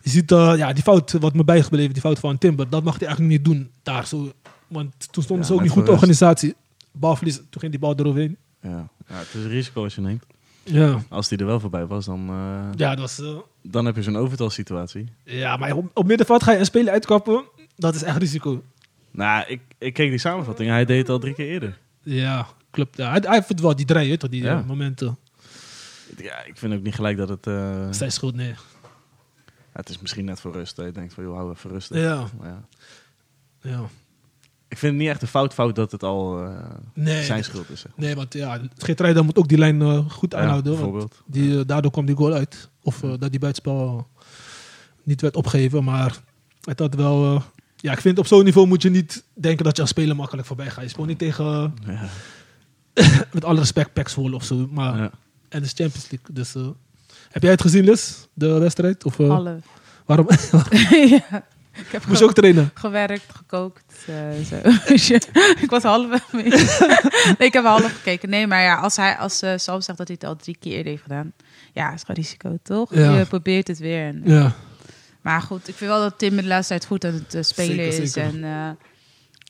je ziet eh, ja, die fout wat me bijgebleven, die fout van Timber, dat mag hij eigenlijk niet doen daar zo. Want toen Ja, stonden ze ook net niet goed verrast. organisatie. Balverlies, toen ging die bal eroverheen. Ja. ja, het is een risico als je neemt. Ja. Als die er wel voorbij was, dan, eh, Ja, dat was, eh, dan heb je zo'n overtalsituatie. ja, maar op, op middenveld ga je een speler uitkappen, dat is echt risico. Nou, ik, ik keek die samenvatting. Hij deed het al drie keer eerder. Ja, klopt. Ja, hij, hij heeft het wel, die drie, hè, tot die Ja. eh, momenten. Ja, ik vind ook niet gelijk dat het... eh, Zij schuld, nee. het is misschien net voor rust. Dat je denkt van, joh, hou even rustig. Ja, Maar ja. ja. Ik vind het niet echt een fout fout dat het al eh, Nee. zijn schuld is. Zeg. Nee, want ja, Geertruida moet ook die lijn eh, goed Ja, aanhouden. want bijvoorbeeld. Die, eh, daardoor kwam die goal uit. Of eh, dat die buitenspel eh, niet werd opgegeven. Maar het had wel... eh, ja, ik vind op zo'n niveau moet je niet denken dat je aan spelen makkelijk voorbij gaat. Je speelt niet tegen, eh, Ja. met alle respect, Pax Zwolle of zo. Maar, Ja. En het is Champions League. Dus, eh, heb jij het gezien, Liz? De wedstrijd? Of, eh, Half. waarom (laughs) (laughs) ja. Ik heb moest je ook trainen? gewerkt, gekookt. eh, zo. (laughs) Dus je- ik was half (laughs) mee. nee, ik heb half gekeken. Nee, maar ja, als, hij, als eh, Sam zegt dat hij het al drie keer eerder heeft gedaan. Ja, is gewoon risico, toch? Ja. Je probeert het weer. En- Ja. Maar goed, ik vind wel dat Tim de laatste tijd goed aan het eh, spelen Zeker, is. zeker. En eh,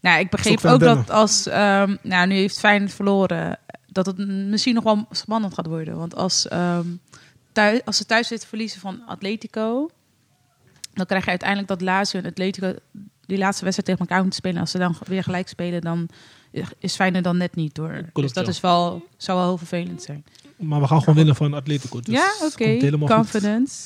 nou, ik Is ook begreep fan ook dat bellen. als... ehm, nou, nu heeft Feyenoord verloren. Dat het misschien nog wel spannend gaat worden. Want als, ehm, thuis, als ze thuis zitten verliezen van Atletico... dan krijg je uiteindelijk dat Lazio en Atletico... die laatste wedstrijd tegen elkaar moeten spelen. Als ze dan weer gelijk spelen, dan is Feyenoord dan net niet door. dus dat ja. is wel, zou wel heel vervelend zijn. Maar we gaan gewoon winnen van Atletico. Dus ja, het oké. komt helemaal goed. Confidence.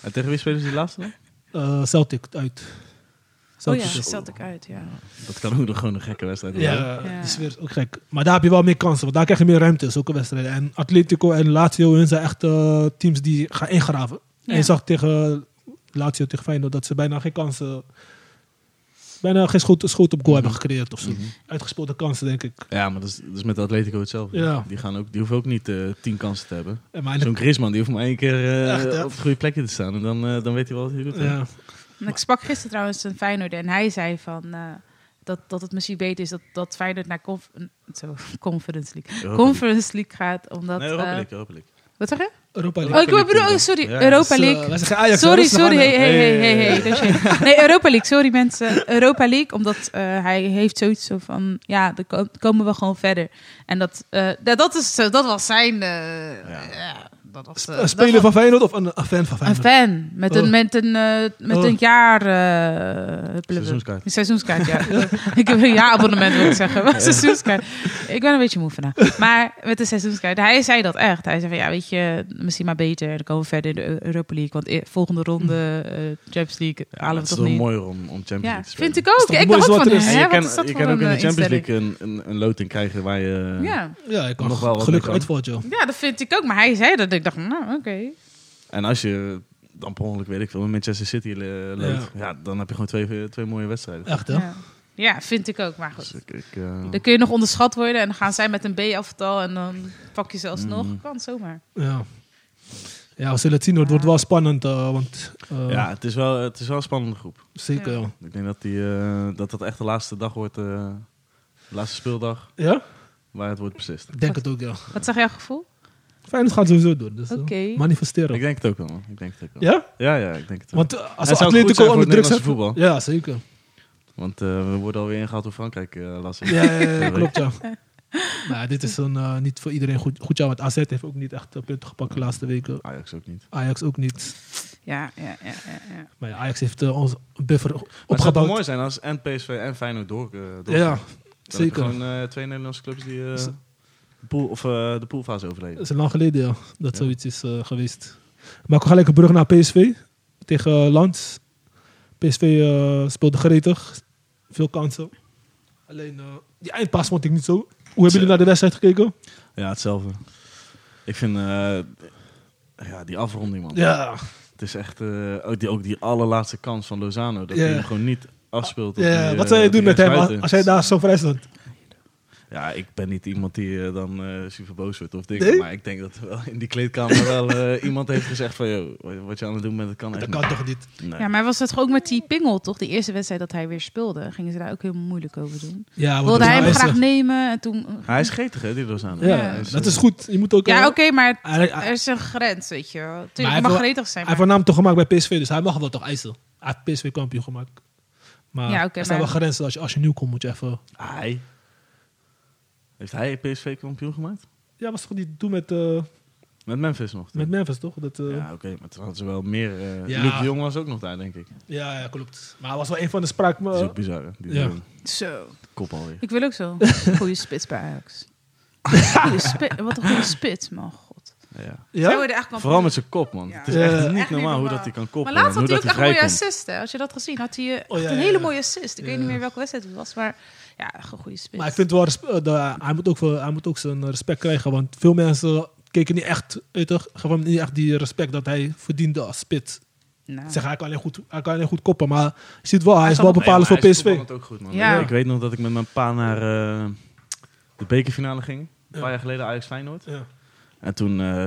En tegen wie spelen ze die laatste dan? Eh, Celtic uit. Oh Celtic ja, uit. stelt ik uit, ja. Dat kan ook nog gewoon een gekke wedstrijd worden. Ja, Ja. die sfeer is ook gek. Maar daar heb je wel meer kansen, want daar krijg je meer ruimte. Zulke wedstrijden. En Atletico en Lazio hun zijn echt eh, teams die gaan ingraven. Ja. En je zag tegen Lazio, tegen Feyenoord, dat ze bijna geen kansen... Bijna geen schot, schot op goal hebben gecreëerd of Mhm. zo. Uitgespeelde kansen, denk ik. Ja, maar dat is, dat is met Atletico hetzelfde. Ja. Die, gaan ook, die hoeven ook niet eh, tien kansen te hebben. En maar Zo'n Griezmann, die hoeft maar één keer eh, Echt, hè? op het goede plekje te staan. En dan, eh, dan weet hij wel wat hij doet. hè? ja, Maar Ik sprak gisteren trouwens een Feyenoord en hij zei van eh, dat, dat het misschien beter is dat, dat Feyenoord naar conf- eh, zo, (laughs) Conference League, Europa Conference League gaat, omdat League. Nee, Europa eh, League, Europa League. Wat zeg je? Europa Oh, League. ik bedoel, oh, sorry, Ja, ah, Europa Dus, eh, League. wij zeggen Ajax, sorry, hoor, dus we sorry. gaan, Hey, eh, hey, hey, hey, Hey. hey. dat (laughs) je- Nee, Europa League. Sorry mensen. Europa League, omdat eh, hij heeft zoiets zo van... Ja, dan ko- komen we gewoon verder. En dat, eh, dat, dat, is, zo- dat was zijn... eh, Ja. ja. dat was, eh, Een dat speler was- van Feyenoord of een, een fan van Een Feyenoord? fan. Met Oh. een, met een, eh, met Oh. een jaar... eh, Seizoenskaart. Een seizoenskaart, ja. (laughs) ik heb een jaarabonnement, wil ik zeggen. Maar seizoenskaart. Ik ben een beetje moe vandaag. Maar met de seizoenskaart. Hij zei dat echt. Hij zei van, ja, weet je, misschien maar beter. Dan komen we verder in de Eu- Europa League. Want e- volgende ronde, Mm. eh, Champions League, maar halen het is we toch wel niet. mooier om, om Champions Ja, League te spelen. vind ik ook. toch Ik mooi dacht wat van, er is. En hè, je wat kan, is dat je voor kan ook in de een, eh, Champions eh. instelling? League een, een, een loting krijgen waar je... Ja, Ja, ik kan Nog wel wat gelukkig mee kan. uitvalt, joh. ja, dat vind ik ook. Maar hij zei dat. Ik dacht, nou, oké. En als je dan per ongeluk, weet ik veel, met Manchester City eh, loopt, ja. dan heb je gewoon twee, twee mooie wedstrijden. Echt, hè? Ja. ja, vind ik ook. Maar Dus goed. ik, ik, eh, Dan kun je nog onderschat worden en dan gaan zij met een B-aftal en dan pak je ze alsnog. Mm. Kan zomaar. Ja. Ja, we zullen het zien. hoor. Het wordt wel spannend, eh, want... eh, ja, het is, wel, het is wel een spannende groep. Zeker, ja. Ik denk dat, die, eh, dat dat echt de laatste dag wordt, eh, de laatste speeldag, Ja? waar het wordt beslist. Ik denk het ook, ja. Wat zeg jouw gevoel? Feyenoord gaat sowieso door, dus eh, Oké. manifesteren. Ik denk het ook wel. man. Ik denk het ook wel. Ja? Ja, ja, ik denk het wel. Want eh, als Het zou goed Atletico zijn voor onder het Nederlandse druk zet... voetbal. Ja, zeker. Want eh, we worden alweer ingehaald door Frankrijk, eh las ik. Ja, ja, ja, (laughs) Ja, klopt, ja. (laughs) Maar dit is een, eh, niet voor iedereen goed, goed jaar, want AZ heeft ook niet echt eh, punten gepakt de laatste weken. Ajax ook niet. Ajax ook niet. Ja, ja, ja, ja, ja. Maar ja, Ajax heeft eh, ons buffer Maar het zou toch opgebouwd. mooi zijn als en PSV en Feyenoord door, eh doorgaan. ja, Dan heb je zeker. gewoon eh, twee Nederlandse clubs die eh, Z- de pool, of, eh, de poolfase overleven. Dat is lang geleden, ja, dat Ja. zoiets is eh, geweest. Maar ik ga gelijk een brug naar PSV tegen eh, Lans. PSV eh, speelde gretig, veel kansen. Alleen eh, die eindpas vond ik niet zo. Hoe hebben jullie naar de wedstrijd gekeken? Ja, hetzelfde. Ik vind eh, ja, die afronding, man. Ja, Het is echt eh, ook, die, ook die allerlaatste kans van Lozano. Dat Ja. hij hem gewoon niet afspeelt. op ja die, wat eh, zou je op die doen met hem als, rechtsbuiten. als hij daar zo vrij stond? Ja, ik ben niet iemand die eh, dan eh, super boos wordt of dingen. Nee? Maar ik denk dat er wel in die kleedkamer wel eh, (laughs) iemand heeft gezegd van... Yo, wat je aan het doen bent, dat kan Dat echt kan niet. toch niet? Nee. Ja, maar was dat ook met die pingel, toch? Die eerste wedstrijd dat hij weer speelde, gingen ze daar ook heel moeilijk over doen. Ja, want Wilde dus hij hem is, eh, graag nemen en toen... Hij is gretig, hè, die Lozano. Ja, Ja. Hij dat is goed. Je moet ook... Ja, eh, oké, maar hij- hij- er is een grens, weet je wel. Tuurlijk, hij je wil- mag gretig zijn, Hij maar... heeft een naam toch gemaakt bij PSV, dus hij mag wel toch eisen. Hij heeft PSV kampioen gemaakt. Maar Ja, oké, er staan maar- wel grenzen. Als je, als je nieuw komt, moet je even... eh, Hij. Heeft hij PSV kampioen gemaakt? Ja, was toch die doe met, eh, Met Memphis nog. met Memphis, toch? Dat, eh, Ja, oké, maar toen hadden ze wel meer. eh Ja. Luc de Jong was ook nog daar, denk ik. Ja, ja, klopt. Maar hij was wel een van de spraak. eh, Dat is ook bizar, hè? Die Ja. De Jong. Zo. kop alweer. Ik wil ook zo. Goeie spits bij Ajax. Goeie spi- Wat een goede spits, man. God. Ja. Zij Ja? worden echt kampioen. Vooral met zijn kop, man. Ja. Het is Ja. echt Echt niet niet normaal hoe normaal. dat hij kan koppen. en Maar laatst hoe had hij dat ook hij echt mooie vrijkomt. assist, hè. Als je dat gezien, had hij eh, echt Oh, ja, een ja, hele ja. mooie assist. Ik Ja. weet niet meer welke wedstrijd het was, maar ja, echt een goede spits. Maar ik vind wel, resp- eh, de- hij, moet ook, wel- hij moet ook zijn respect krijgen. Want veel mensen keken niet echt, weet je, toch, gaven hem niet echt die respect dat hij verdiende als spits. Nou. Zeg, hij kan alleen goed, hij kan alleen goed koppen, maar je ziet wel, hij is kan wel nog- bepalend Nee, voor maar hij is PSV. voetballend ook goed, man. Ja. Ik weet nog dat ik met mijn pa naar eh, de bekerfinale ging. Een paar jaar geleden Ajax Feyenoord. Ja. En toen, eh,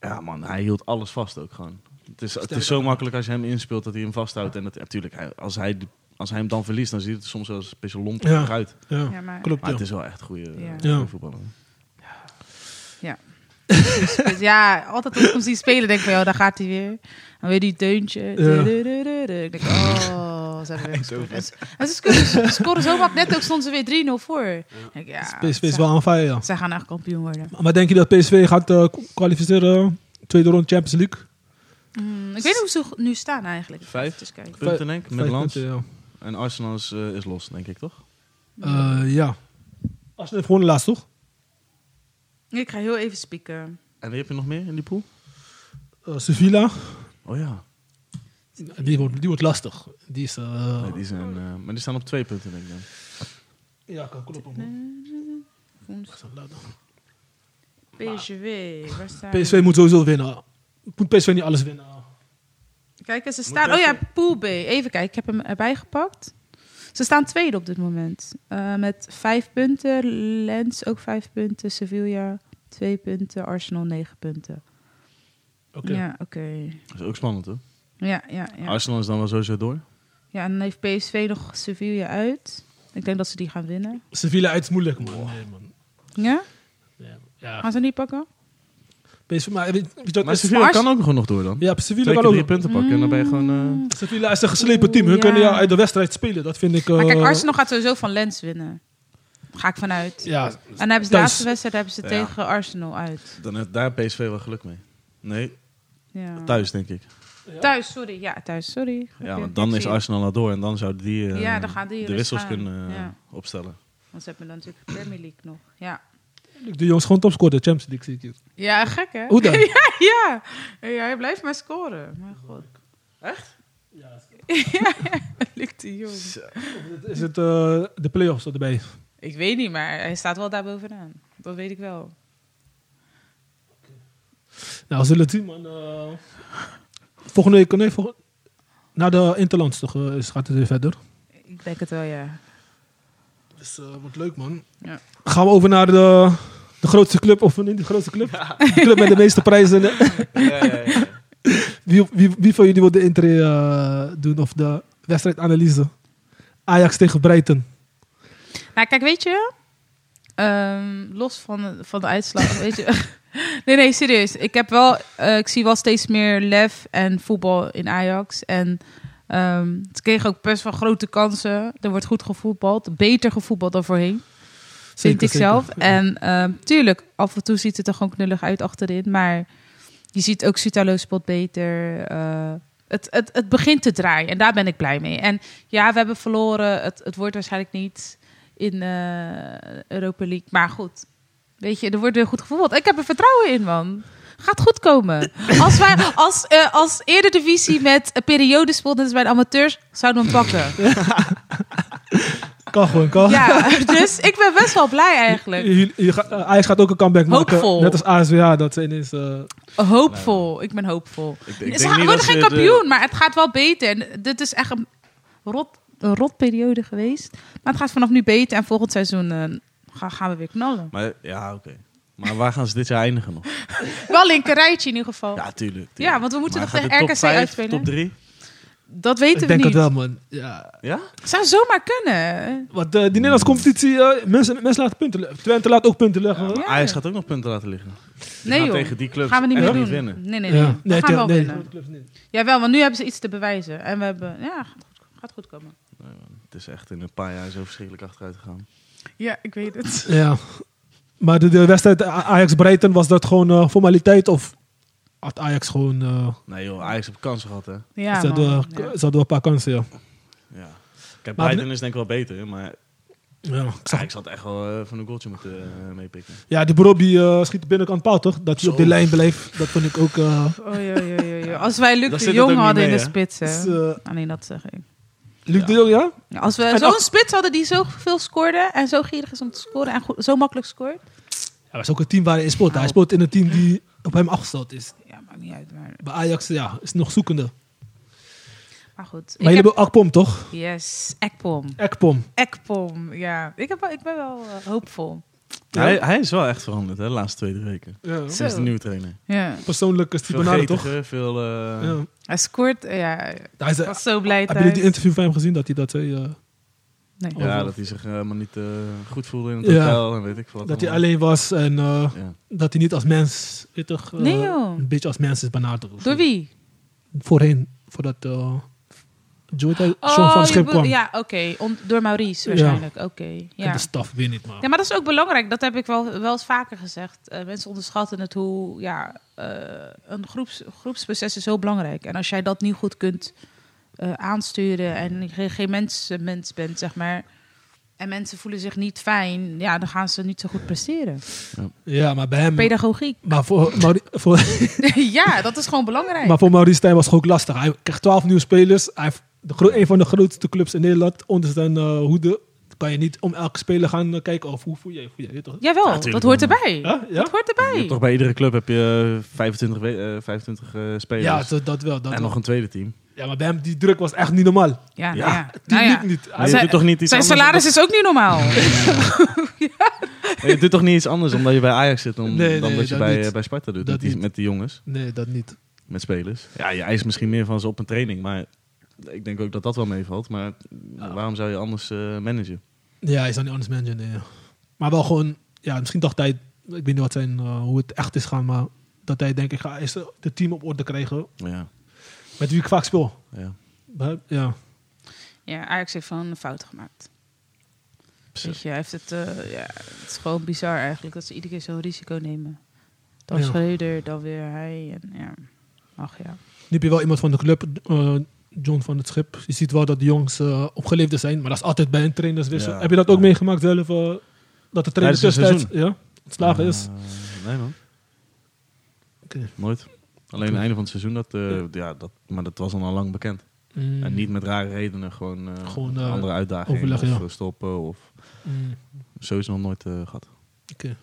ja man, hij hield alles vast ook gewoon. Het is, het Sterk. is zo makkelijk als je hem inspeelt dat hij hem vasthoudt. En dat, natuurlijk, hij, als, hij, de- als hij hem dan verliest, dan ziet het er soms wel eens een beetje lomp Ja. uit. Ja. Ja, maar... Klopt, Maar ja. het is wel echt goede, Ja. goede Ja. voetballer. Dus Ja, altijd als ik hem zie spelen, denk ik van, ja, daar gaat hij weer. En weer die deuntje. Ik denk, oh, ze (laughs) hebben weer gescoord. En ze- En ze scoren, ze scoren zo wat. Net ook stonden ze weer 3-0 voor. Ik Denk, ja, PSV is ze- wel aan fire, ja. Zij gaan echt kampioen worden. Maar denk je dat PSV gaat eh, k- kwalificeren? Tweede ronde Champions League? Mm, ik weet niet hoe ze nu staan eigenlijk. Ik ga Vijf. even kijken. Punten denk ik, met Vijf Lans. punten, ja. En Arsenal is, eh, is los, denk ik, toch? Eh, ja. Arsenal heeft gewonnen laatst, toch? Ik ga heel even spieken. En wie heb je nog meer in die pool? Eh, Sevilla, Oh ja, die wordt, die wordt lastig. Die is... eh, Oh. Nee, die zijn, eh, maar die staan op twee punten, denk ik dan. Ja, kan kloppen. man. PSV. Waar staan PSV moet sowieso winnen. Moet PSV niet alles winnen? Kijk, eens, ze staan... Oh ja, Pool B. Even kijken, ik heb hem erbij gepakt. Ze staan tweede op dit moment. Eh, met vijf punten. Lens ook vijf punten. Sevilla twee punten. Arsenal negen punten. Oké. Ja, oké. Dat is ook spannend, hoor. Ja, ja, ja. Arsenal is dan wel sowieso door. ja, en dan heeft PSV nog Sevilla uit. Ik denk dat ze die gaan winnen. Sevilla uit is moeilijk, man. Nee, man. Ja? Ja, Ja. Gaan ze die pakken? PSV, maar eh, weet, weet je wat Maar is? Sevilla Mars- kan ook gewoon nog door dan. Ja, Sevilla Twee keer kan ook. drie punten pakken en dan ben je gewoon... Mm. eh, Sevilla is een geslepen team. Hun Ja. kunnen jou uit de wedstrijd spelen. Dat vind ik... eh, Maar kijk, Arsenal gaat sowieso van Lens winnen. Ga ik vanuit. Ja, En dan hebben ze de Thuis. laatste wedstrijd hebben ze Ja. tegen Arsenal uit. Dan heeft daar PSV wel geluk mee. Nee, Ja. thuis denk ik. Thuis, sorry. Ja, thuis, sorry. Ja, Oké, want dan ik is zie Arsenal al door en dan zou die, eh, Ja, dan gaan die de dus wissels gaan. kunnen eh, Ja. opstellen. het. Want ze hebben dan natuurlijk de Premier League nog. Ja, de jongens gewoon topscorer. de Champions League zie ik hier. ja gek hè? Hoe dan? ja, (laughs) ja. ja, hij blijft maar scoren. Maar god. Echt? (laughs) Ja, ja. Lukt die jong. Is het eh, de play-offs erbij? Ik weet niet, maar hij staat wel daar bovenaan. Dat weet ik wel. Nou, we zullen het zien, man. Eh, volgende week, nee, volgende, na de Interlands toch, eh, is- gaat het weer verder. Ik denk het wel, ja. Dus eh wordt leuk, man. Ja. Gaan we over naar de, de grootste club, of niet de grootste club? (laughs) De club met de meeste prijzen. wie, wie, wie van jullie wil de intro doen of de wedstrijdanalyse? Ajax tegen Breiten. Nou, kijk, weet je, ehm, los van, van de uitslag, (laughs) weet je. Nee, nee, serieus. Ik heb wel, eh, ik zie wel steeds meer lef en voetbal in Ajax. En ehm, ze kregen ook best wel grote kansen. Er wordt goed gevoetbald, beter gevoetbald dan voorheen, vind Zeker, ik zeker. zelf. Ja. En ehm, tuurlijk, af en toe ziet het er gewoon knullig uit achterin, maar je ziet ook Sutalo spot beter. eh, het, het, het begint te draaien en daar ben ik blij mee. En ja, we hebben verloren. Het, het wordt waarschijnlijk niet in eh, Europa League. Maar goed, weet je, er wordt weer goed gevoeld. Ik heb er vertrouwen in, man. Gaat goed (laughs) komen. Als, wij, als, eh als Eredivisie met een periode speelde bij de amateurs, zouden we hem pakken. Kan gewoon, kan. Ja, (laughs) dus ik ben best wel blij eigenlijk. Je- je gaat- eh, Ajax gaat ook een comeback maken. Hoopvol. Net als ASWA, dat ze ineens... eh, Hoopvol. Ik ben hoopvol. Ik, denk ze niet dat worden ze eh, geen de- kampioen, maar het gaat wel beter. En dit is echt een rot, een rot periode geweest. Maar het gaat vanaf nu beter en volgend seizoen eh, ga- gaan we weer knallen. maar, ja, oké. Maar waar gaan ze dit jaar eindigen nog? Wel linker rijtje in ieder geval. Ja, tuurlijk. tuurlijk. Oh. Ja, want we moeten Maar nog gaat de top RKC vijf, uitspelen. Top 3? Dat weten ik we denk niet. het wel, man. Ja. Ja? Zou zomaar kunnen. Want eh, die Nederlandse competitie, eh, mensen, mensen laten punten leggen. Twente laat ook punten leggen. Maar Ja. Ajax gaat ook nog punten laten liggen. Die Nee gaan joh. tegen die clubs gaan we niet echt meer doen. winnen. Nee, nee, nee. Ja. We gaan te- wel nee, winnen. grote clubs niet. Jawel, want nu hebben ze iets te bewijzen. En we hebben... Ja, gaat goed, gaat goed komen. Het is echt in een paar jaar zo verschrikkelijk achteruit gegaan. Ja, ik weet het. Ja. Maar de, de wedstrijd A- Ajax-Breiten, was dat gewoon eh, formaliteit? Of had Ajax gewoon... eh Nee joh, Ajax heeft kansen gehad hè. Ja, ze, hadden, man. ze Ja. hadden wel een paar kansen, ja. Ja. Kijk, Maar- Biden is denk ik wel beter, (laughs) maar Ja, ik zag- Ajax had echt wel eh, van een goaltje moeten eh, meepikken. ja die Brobbie eh schiet de binnenkant paal, toch? Dat hij op de Zo. lijn blijft. Dat vond ik ook... eh, Oei, oei, oei, oei. Als wij Dan Luc zit de het Jong ook niet hadden in mee, de hè? spits. hè. dus, eh, Ah, nee, dat zeg ik. Luc de Jong, ja? Ja, Nou, Als we En zo'n ook- spits hadden die zoveel scoorde en zo gierig is om te scoren en goed- zo makkelijk scoort. Hij was ook een team waar hij in speelt. Hij speelt in een team die op hem afgesteld is. Ja, maakt niet uit. Maar, Bij Ajax, ja, is nog zoekende. maar goed. Maar jullie ik heb, hebben Akpom, toch? yes, Ekpom. Ekpom. Ekpom, ja. Ik, heb wel, ik ben wel eh, hoopvol. Ja. Hij, hij is wel echt veranderd hè, de laatste twee, drie weken. Ja. Sinds Zo. de nieuwe trainer. Ja. Persoonlijk is die Veel benaderd, toch? getiger, veel... eh, Ja. Hij scoort, eh, ja. Ik Hij zei, was zo blij hebben jullie die thuis. interview van hem gezien dat hij dat zei? eh, Nee. Ja, Overal. dat hij zich helemaal niet eh, goed voelde in het Ja. hotel en weet ik veel wat. dat hij allemaal. alleen was en eh, Ja. dat hij niet als mens, weet je toch, eh, Nee, joh. een beetje als mens is benaderd. of Door zo. wie? Voorheen, voordat eh Joey Sean van het Oh, je Schip bedoelt- kwam. Ja, oké. Om- Door Maurice waarschijnlijk. Oké. En Ja. de staf weer niet, maar... ja, maar dat is ook belangrijk. Dat heb ik wel, wel eens vaker gezegd. Eh, mensen onderschatten het hoe ja, eh, een groeps, groepsproces is heel belangrijk. En als jij dat niet goed kunt eh, aansturen en geen, geen mens, mens bent, zeg maar. En mensen voelen zich niet fijn, ja, dan gaan ze niet zo goed presteren. Ja, maar bij hem... Pedagogiek. (laughs) Maar voor, Mauri- voor, ja, dat is gewoon belangrijk. maar voor Maurice Stijn was het ook lastig. Hij kreeg 12 nieuwe spelers. Hij heeft de gro- een van de grootste clubs in Nederland onder zijn eh, hoede. Kan je niet om elke speler gaan eh, kijken of hoe voel je je? Voel je je, weet toch? Jawel, tuurlijk. dat hoort erbij. Ja, ja? Dat hoort Je hebt erbij. toch bij iedere club heb je eh, 25, we- eh, 25 eh, spelers. Ja, dat, dat wel. Dat en wel. nog een tweede team. Ja, maar bij hem, die druk was echt niet normaal. Ja, Ja, ja. Die Nou ja. liep niet. Hij Maar je Zijn- doet toch niet iets Zijn anders salaris is ook niet normaal. omdat- je doet toch niet iets anders omdat je bij Ajax zit dan, Nee, dan nee, dat je dat bij, niet. eh, bij Sparta doet. Dat met, die, niet. met die jongens, Nee, dat niet. met spelers. Ja, je eist misschien meer van ze op een training, maar ik denk ook dat dat wel meevalt. Maar waarom zou je anders eh, managen? Ja, hij is dan niet anders manager, nee. ja. Maar wel gewoon, ja, misschien dacht hij, ik weet niet wat zijn, eh, hoe het echt is gaan, maar dat hij denk ik ga eerst het team op orde krijgen Ja, met wie ik vaak speel. ja. Begrijp- Ja. Ja, Ajax heeft gewoon een fout gemaakt. Zo. Weet je, hij heeft het, eh, ja, het is gewoon bizar eigenlijk dat ze iedere keer zo'n risico nemen. Dan Ja. Schreuder, dan weer hij. En, ja. Ach ja. Nu heb je wel iemand van de club, eh, John van het Schip. Je ziet wel dat de jongens eh opgeleefder zijn, maar dat is altijd bij een trainerswissel. Ja. Heb je dat ook Ja. meegemaakt zelf? eh, dat de trainer Tijdens het tussentijds ja, ontslagen is? Eh, nee man, Oké. nooit. Alleen het einde van het seizoen, dat, eh, ja, dat, maar dat was dan al lang bekend. Mm. En niet met rare redenen, gewoon, eh, Gewoon, eh, andere uitdagingen. overleg, of eh, ja. stoppen of Mm. sowieso nog nooit eh, gehad. Oké.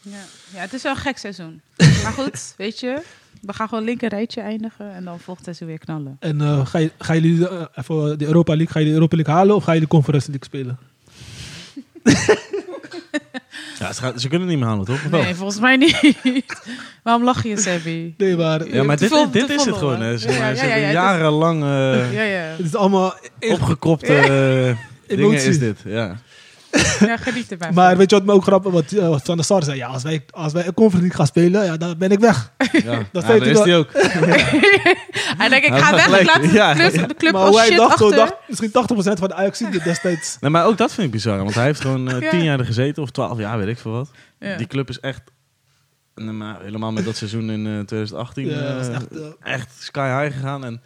Ja. ja, het is wel een gek (laughs) seizoen. maar goed, weet je, we gaan gewoon linker rijtje eindigen en dan volgend seizoen weer knallen. En eh, ga je, gaan jullie de, eh, even de Europa League, ga je de Europa League halen of ga je de Conference League spelen? Ja, ze, gaan- ze kunnen het niet meer halen, toch? Of wel? Nee, volgens mij niet. (laughs) Waarom lach je, Sebby? Nee, maar Ja, maar te dit, vol- dit te is het vol, gewoon. hoor. hè. Ze, Ja, ja, ze hebben ja, ja, het is- jarenlang eh, Ja, ja. het is allemaal... opgekropte eh, dingen Emotie. is dit. Ja. ja geniet erbij. Maar weet je wat me ook grappig wat, eh, wat Van der Sar zei? Ja, als wij, als wij een Conference League gaan spelen, ja, dan ben ik weg. Ja. Ja, Dat daar weet ik is wel. hij ook. Hij denkt, ik Hij ga heeft weg, ik laat gelijk. de Ja, club, ja. de club maar als hij shit dacht, zo oh, achter. dacht misschien 80% van de Ajax destijds. Nee, maar ook dat vind ik bizar. Want hij heeft gewoon eh, Ja. tien jaar er gezeten. Of twaalf jaar, weet ik veel wat. Ja. Die club is echt... nee, maar helemaal met dat seizoen in eh, 2018. (laughs) Ja, dat is eh, echt, eh, echt sky high gegaan. En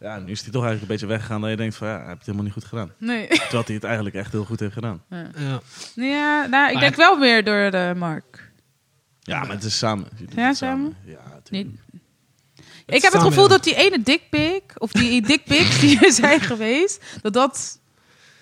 ja, nu is hij toch eigenlijk een beetje weggegaan. Dat je denkt van, ja, hij heeft het helemaal niet goed gedaan. Nee. Terwijl hij het eigenlijk echt heel goed heeft gedaan. ja. Ja, nou, ik denk wel meer door de Mark. Ja, maar het is samen. Je doet Ja, het Ja, Niet. tuurlijk. Ik heb het samen, gevoel ja. dat die ene dikpik, of die dikpiks die er zijn geweest, dat dat het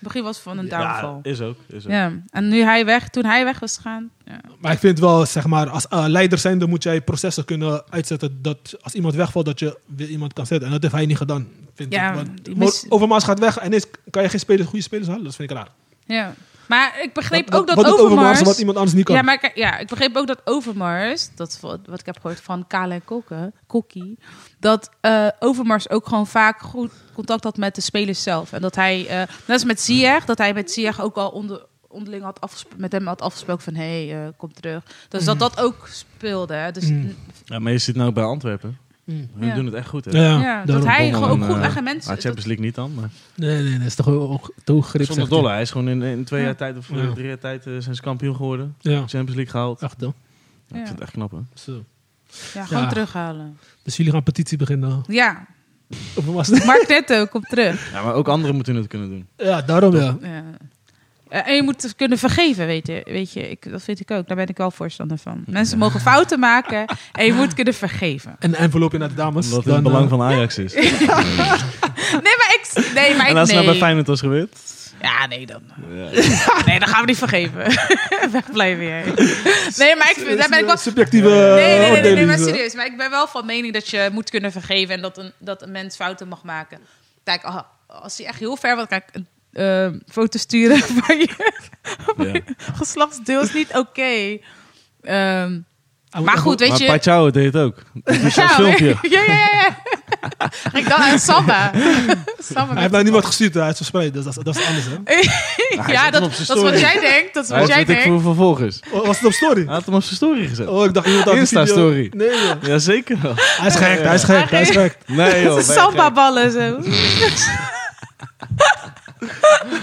begin was van een Ja, downfall. is ook. Is ook. Ja, en nu hij weg, toen hij weg was gegaan. Ja. Maar ik vind wel, zeg maar, als eh, leider zijnde moet jij processen kunnen uitzetten dat als iemand wegvalt, dat je weer iemand kan zetten. En dat heeft hij niet gedaan. Vind Ja, ik. die Want mis- Mo- Overmars gaat weg en ineens kan je geen spelers, goede spelers halen. Dat vind ik raar. Ja. Maar ik begreep Wat- ook dat wat doet Overmars... wat iemand anders niet kan. ja, maar ik, ja, ik begreep ook dat Overmars, dat is wat, wat ik heb gehoord van Kale en Kokke, Kokkie, dat eh, Overmars ook gewoon vaak goed contact had met de spelers zelf. En dat hij, eh net als met Ziyech, dat hij met Ziyech ook al onder, onderling had afgesp- met hem had afgesproken van, hé, hey, eh, kom terug. Dus dat dat ook speelde. Hè. Dus Mm. Ja, maar je zit nou bij Antwerpen. Mm. Hun Ja. doen het echt goed, hè? Ja, ja, dat daarom. hij Bommel gewoon ook en, goed eh, eigen Ah, mensen... Champions League niet dan, maar... Nee, nee, nee. Dat is toch ook toegrip. Zonder dollar. Hij is gewoon in, in twee Ja. jaar tijd of eh, Ja. drie jaar tijd eh, zijn ze kampioen geworden. Ja, Champions League gehaald. echt dan. Ja, Ik vind het echt knap, hè? Zo. ja, gewoon Ja. terughalen. Dus jullie gaan petitie beginnen. Ja, Overmars. Mark Netto, kom terug. Ja, maar ook anderen moeten het kunnen doen. (laughs) ja, daarom ja. Ja. Eh, en je moet het kunnen vergeven, weet je. Weet je ik, dat vind ik ook. Daar ben ik wel voorstander van. Mensen mogen fouten maken en je moet kunnen vergeven. En een envelop in naar de dames. Omdat het in het eh, belang van Ajax is. Nee, maar ik... Nee, maar ik en als het nou bij nee. Feyenoord was (laughs) gebeurd? Ja, nee, dan, Ja. (laughs) nee, dan gaan we niet vergeven. (laughs) Wegblijven jij. Nee, maar ik, vind- daar ben ik wel... Subjectieve Nee, Oh, nee, nee, nee, nee, maar oordelen. eh. serieus. Maar ik ben wel van mening dat je moet kunnen vergeven en dat een, dat een mens fouten mag maken. Kijk, ah, als hij echt heel ver wat kijk, een eh, foto sturen (laughs) van je Ja. geslachtsdeel is niet oké. Ehm, Ah, maar goed, weet Maar je... Pachau deed het ook. (laughs) Dat is zo'n Ja, filmpje. ja, ja, ja, ja. Ga ik dan (laughs) aan Samba. Samba Hij heeft nou niemand gestuurd, hij is verspreid. Dus dat is, dat is anders, hè? Hij zet ja, hem dat, op zijn dat is wat story. jij denkt. Dat is Hij wat heeft jij weet ik denkt. voor hoeveel volgers. Oh, Was het op story? Hij had hem op zijn story gezet. Oh, ik dacht iemand had een Insta-story. video- Nee, joh. Jazeker wel. Hij is gehackt, hij is gehackt, hij is (laughs) gehackt. Nee joh. Dat is ben je gek. Samba-ballen zo. (laughs)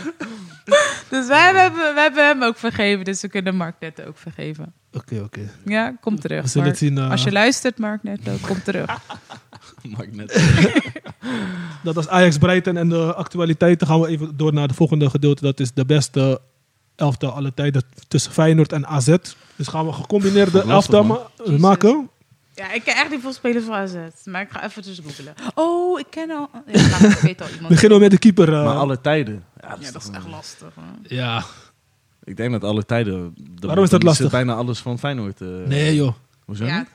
dus wij hebben, wij hebben hem ook vergeven. Dus we kunnen Mark Netto ook vergeven. Oké, oké. Ja, kom We terug. zullen het Mark. zien. eh, Als je luistert, Mark Netto, kom terug. (laughs) Maakt net. Dat was Ajax Breiten en de actualiteiten. Gaan we even door naar de volgende gedeelte. Dat is de beste elftal alle tijden tussen Feyenoord en AZ. Dus gaan we gecombineerde Lastig, elftal man. ma- maken. Ja, ik ken echt niet veel spelers van AZ. Maar ik ga even dus googelen. Oh, ik ken (laughs) al... Ja, nou, ik weet al iemand. Beginnen we met de keeper. eh, Maar alle tijden. Ja, Ja, dat is toch echt een- lastig. hoor. Ja, Ik denk dat alle tijden... Waarom is dat lastig? Zit bijna alles van Feyenoord. eh, nee joh. Hoezo Ja, niet?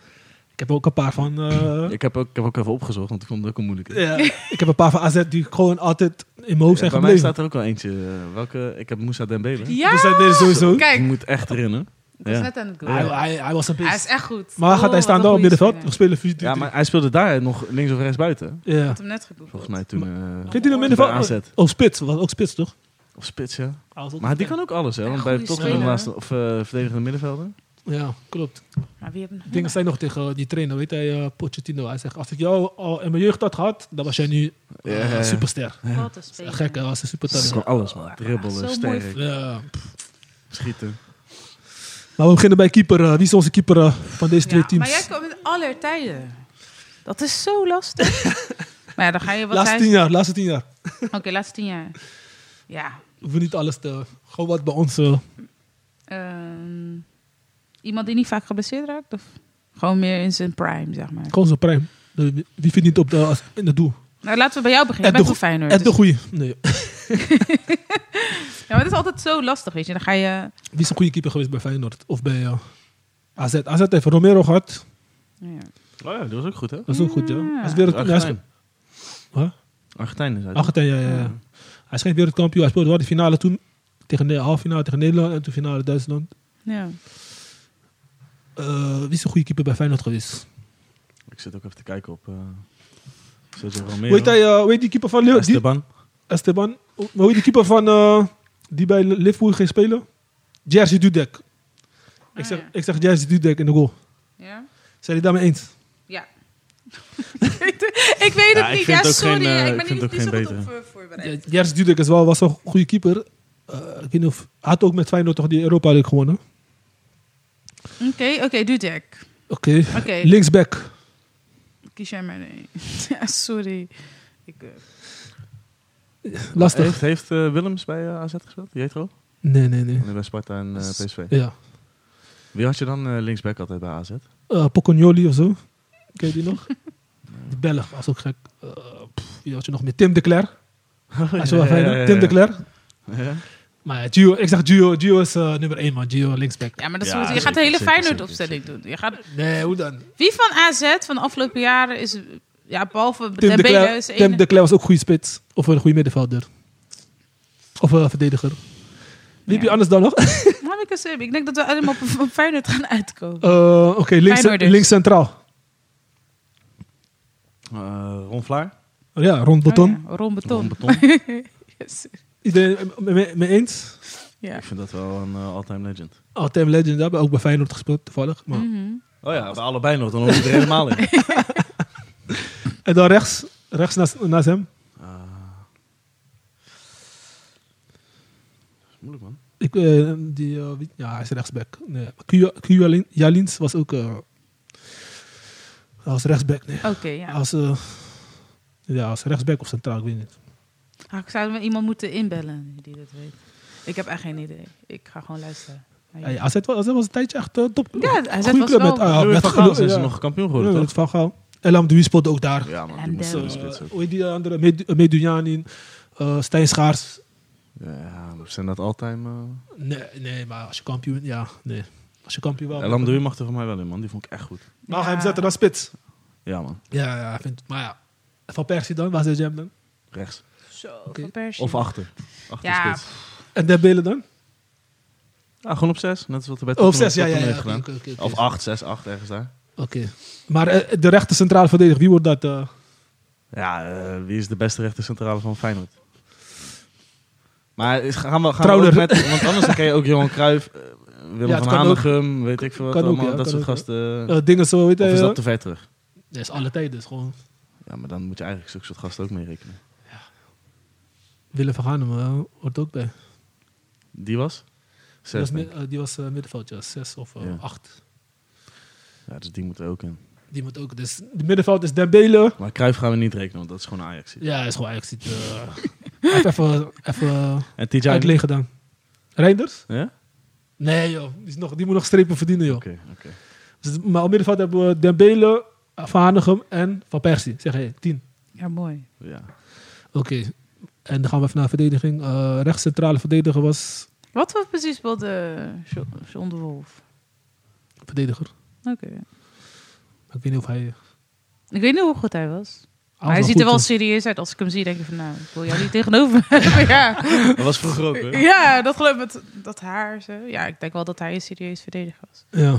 Ik heb ook een paar van... eh, Ik heb, ook, ik heb ook even opgezocht, want ik vond het ook een moeilijke. ja, ik heb een paar van AZ die gewoon altijd in mijn hoofd Ja, zijn bij mij gebleven. staat er ook wel eentje. eh, Welke? Ik heb Moussa Dembele. Ja! Dus dat is sowieso. Je Kijk, moet echt erin, hè? ik was Ja. net aan het Hij, googlen. hij, hij was een Ah, Hij beest. is echt goed. Maar gaat Oh, hij wat staan een daar op goeie middenveld? We speler. spelen 4 Ja, maar hij speelde daar nog links of rechts buiten. Ja. Ik had hem net gegoogeld. Volgens mij toen. eh, Zit hij nog middenveld? bij AZ. Oh, spits. Was ook spits, toch? Of spits, ja. Hij was ook Maar die spits. kan ook alles, hè? Want Ja, bij goeie Tottenham speler. laatste of eh verdedigende middenvelder. Ja, klopt. Maar wie hebben Dingen zijn nog tegen die trainer, weet hij, eh, Pochettino. Hij zegt, als ik jou al in mijn jeugd had gehad, dan was jij nu eh, Ja, ja. superster. Wat een Een speler. Gek, hij was een Dat supertalent. kan alles, man. Dribbelen, Zo sterk, mooi. Ja. schieten. Maar we beginnen bij keeper. eh, wie is onze keeper eh, van deze twee Ja, maar teams? jij komt met aller tijden. Dat is zo (laughs) lastig. maar ja, dan ga je wat laatste hij- tien jaar, laatste tien jaar. Oké, laatste tien jaar. Ja. We hoeven niet alles te... Gewoon wat bij ons... eh, ehm, iemand die niet vaak geblesseerd raakt? Of gewoon meer in zijn prime, zeg maar. gewoon zo'n prime. Eh, Wie wie vindt niet op de, als- in het doel? Nou, laten we bij jou beginnen. Ed Je de bent van Feyenoord. En de dus- goeie. Nee. Ja, maar het is altijd zo lastig, weet je. Dan ga je... Wie is een goede keeper geweest bij Feyenoord? Of bij eh, AZ? AZ heeft Romero gehad. Ja. Oh ja, dat was ook goed, hè? Dat is ook goed, ja. Ja. Hij is weer het... Hij is, Argentijn. Huh? Argentijn is uit. Argentijn, ja, ja, ja. Hij is geen wereldkampioen. Hij speelde wel de finale toen. Tegen de halve finale tegen Nederland en toen finale Duitsland. ja. Eh, wie is een goede keeper bij Feyenoord geweest? Ik zit ook even te kijken op... eh Sergio Hoe heet, Romero. hij, eh, hoe heet die keeper van Leo? Die- Esteban. Esteban. Hoe hoe heet die keeper van... eh, die bij Liverpool ging spelen? Jerzy Dudek. Ik Ah, zeg, ja. ik zeg Jerzy Dudek in de goal. Ja. Zijn jullie daarmee eens? Ja. (laughs) ik weet het Ja, ik niet. vind Ja, het ook sorry. geen, eh, ja, ik ik ben vind het ook niet, niet zo geen goed op betere. voor- voorbereid. Ja, Jers Dudek is wel, was een goede keeper. Eh, ik weet niet of... Hij had ook met Feyenoord toch die Europa League gewonnen? Oké, oké, Dudek. Oké. Oké. Linksback. Kies jij maar nee. (laughs) ja, sorry. Ik, eh, Lastig. Heeft, heeft eh, Willems bij eh, AZ gespeeld? Jetro? Nee, nee, nee. Nee, bij Sparta en eh, PSV. Ja. Wie had je dan eh, linksback altijd bij AZ? (laughs) eh Pocognoli of zo. Ken je die (laughs) nog? Die Belg was ook gek. Eh, pff, wie had je nog meer? Tim de Cler. Hij is wel fijn, hè? Tim de Cler. Ja. Maar ja, Gio, ik zeg Gio. Gio is eh, nummer 1, man. Gio, linksback. ja, maar dat is Ja, goed. Je gaat de zeker, hele zeker, Feyenoord-opstelling doen. Je gaat, Nee, hoe dan? wie van AZ van de afgelopen jaren is... Ja, behalve Tim de, Dembele Cler, is Tim de één. Cler was ook een goede spits. Of een goede middenvelder. Of een verdediger. Wie heb je Ja. anders dan nog? (laughs) Nou, heb ik, eens- ik denk dat we allemaal op, op Feyenoord gaan Oh, uitkomen. Eh, Oké, links, Feyenoorders. links centraal. Eh, Ron Vlaar. Ja, rond de ton. Oh ja, Ron Beton. Ron Beton. (laughs) Yes. Iedereen eh, me- me- mee eens? Ja. Ik vind dat wel een eh, all-time legend. All-time legend, daar hebben we ook bij Feyenoord gespeeld, toevallig. Maar. Mm. Mhm. Oh ja, bij allebei nog. Dan hoor je er helemaal (laughs) in. En dan rechts, rechts naast, naast hem. Moeilijk, man. Ik, eh, die, eh, wie- ja, hij is rechtsback. Nee. Q, Q Jalin- Jalins was ook... eh hij was rechtsback, nee. Oké, Hij Oh. ja. was, eh, ja, hij was rechtsback of centraal, ik weet niet. Ah, Ik zou iemand moeten inbellen die dat weet. Ik heb echt geen idee. Ik ga gewoon luisteren. Ah, naar Hey, jullie. AZ, was, AZ was een tijdje echt eh, top. Ja, AZ Goeie was club wel- met, ah, Louis met van Gaal geluk, zijn ze ja. nog kampioen Ja, geworden, met toch? Van Gaal. Elam Duy speelde ook daar. Ja, man. Die moest Lendel. wel Eh, spits ook. hoe heet die andere? Med- eh, Medunjanin, eh, Stijn Schaars. Ja, maar zijn dat all-time... eh? Nee, nee, maar als je kampioen... Ja, nee. Als je kampioen wel... Elam Duur mag er voor mij wel in, man. Die vond ik echt goed. Maar ga je hem Ja. zetten naar spits. Ja, man. Ja, ja, ik vind, maar ja. Van Persie dan, waar zit je hem dan? Rechts. Zo, Oké. van Persie. Of achter. Achter Ja, spits. En Dembele dan? Ja, gewoon op zes. Net als wat er bij Oh, op Tottenham zes, ja, ja. Tottenham ja. heeft gedaan. Oké, oké, oké. Of 8, 6, 8 ergens daar. Oké. Maar eh, de rechter centrale verdediger, wie wordt dat? eh? Ja, eh, wie is de beste rechter centrale van Feyenoord? Maar is- gaan we, gaan we Trouwner. ook met... Want anders dan ken je ook Johan Cruijff, eh, Willem Ja, het van kan Hanegem, weet ik veel wat Kan ook, allemaal. ja, dat kan soort ook, gasten. Eh, dingen zo, weet of je. is eh, dat te ver terug? Dat is alle tijden, dus gewoon Ja, maar dan moet je eigenlijk zulke soort gasten ook mee rekenen. Willem van Ganem eh, hoort ook bij. Die was? Die Zes, was, mi- denk ik. eh, die was eh, middenveld, ja. Zes of eh, Ja. acht. Ja, dus die moet er ook in. Die moet ook, dus de middenveld is Dembele. Maar Cruijff gaan we niet rekenen, want dat is gewoon Ajax. Ja, hij is gewoon eigenlijk... ziet, eh, hij heeft even, even En TJ... uitleggen dan. Reinders? Ja? Oké, Nee joh, die, is nog, die moet nog strepen verdienen joh. oké. Dus, maar op middenveld hebben we Dembele, Van Hanegem en Van Persie. Zeg je, tien. Ja, mooi. Ja. Oké. En dan gaan we even naar verdediging. Eh rechtscentrale verdediger was... Wat was precies wat eh, Jo- John de Wolf? Verdediger. Oké. Maar ik weet niet of hij... Ik weet niet hoe goed hij was. hij hij was ziet goed, er wel eh. serieus uit. Als ik hem zie, denk ik van nou, ik wil jou niet (laughs) tegenover me hebben. ja. Dat was vroeger ook, hè? ja, dat geloof ik. Dat, dat haar. Zo. Ja, ik denk wel dat hij een serieus verdediger was. Ja. Dat